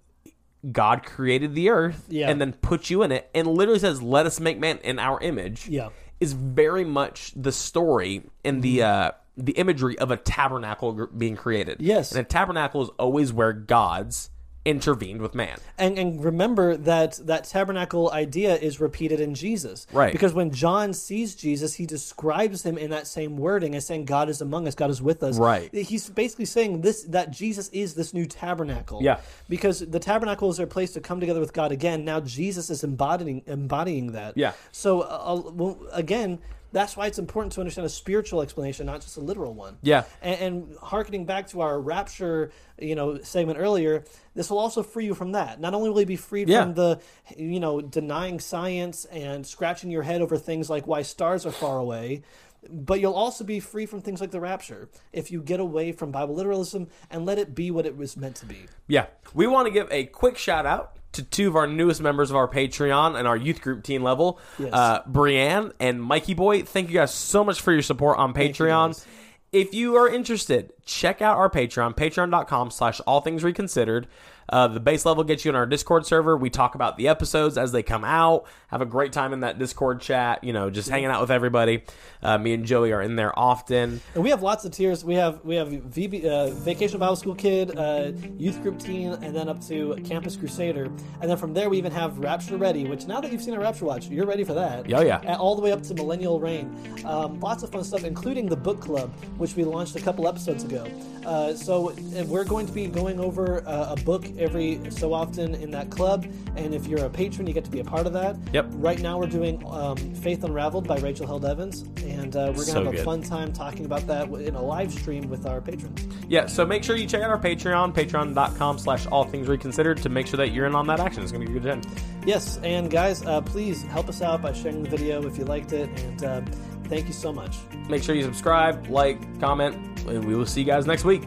A: God created the earth
B: Yeah.
A: and then put you in it and literally says, Let us make man in our image
B: Yeah.
A: is very much the story and the
B: Mm-hmm.
A: uh the imagery of a tabernacle gr- being created.
B: Yes.
A: And a tabernacle is always where gods intervened with man.
B: and and remember that that tabernacle idea is repeated in Jesus,
A: Right.
B: Because when John sees Jesus, he describes him in that same wording as saying, "God is among us, God is with us."
A: Right.
B: He's basically saying this that Jesus is this new tabernacle.
A: Yeah.
B: Because the tabernacle is their place to come together with God again. Now Jesus is embodying embodying that.
A: Yeah.
B: So uh, uh, well, again. That's why it's important to understand a spiritual explanation, not just a literal one.
A: Yeah.
B: And, and harkening back to our rapture, you know, segment earlier, this will also free you from that. Not only will you be freed
A: Yeah.
B: from the, you know, denying science and scratching your head over things like why stars are far away, but you'll also be free from things like the rapture if you get away from Bible literalism and let it be what it was meant to be.
A: Yeah. We want to give a quick shout out to two of our newest members of our Patreon and our youth group teen level,
B: Yes.
A: uh, Brianne and Mikey Boy. Thank you guys so much for your support on Patreon.
B: guys.
A: if you are interested, check out our Patreon, patreon.com slash all things reconsidered. Uh, the base level gets you in our Discord server. We talk about the episodes as they come out. Have a great time in that Discord chat, you know, just hanging out with everybody. Uh, me and Joey are in there often.
B: And we have lots of tiers. We have we have VB, uh, Vacation Bible School Kid, uh, Youth Group Teen, and then up to Campus Crusader. And then from there, we even have Rapture Ready, which now that you've seen a Rapture Watch, you're ready for that.
A: Yeah, yeah.
B: And all the way up to Millennial Reign. Um, lots of fun stuff, including the book club, which we launched a couple episodes ago. Uh, so and we're going to be going over uh, a book every so often in that club. And if you're a patron, you get to be a part of that.
A: Yep.
B: Right now, we're doing um, Faith Unraveled by Rachel Held Evans, and uh, we're gonna
A: So
B: have a
A: good.
B: fun time talking about that in a live stream with our patrons.
A: Yeah, so make sure you check out our Patreon, patreon.com slash all things reconsidered to make sure that you're in on that action. It's going to be a good time.
B: Yes, and guys, uh, please help us out by sharing the video if you liked it, and uh, thank you so much.
A: Make sure you subscribe, like, comment, and we will see you guys next week.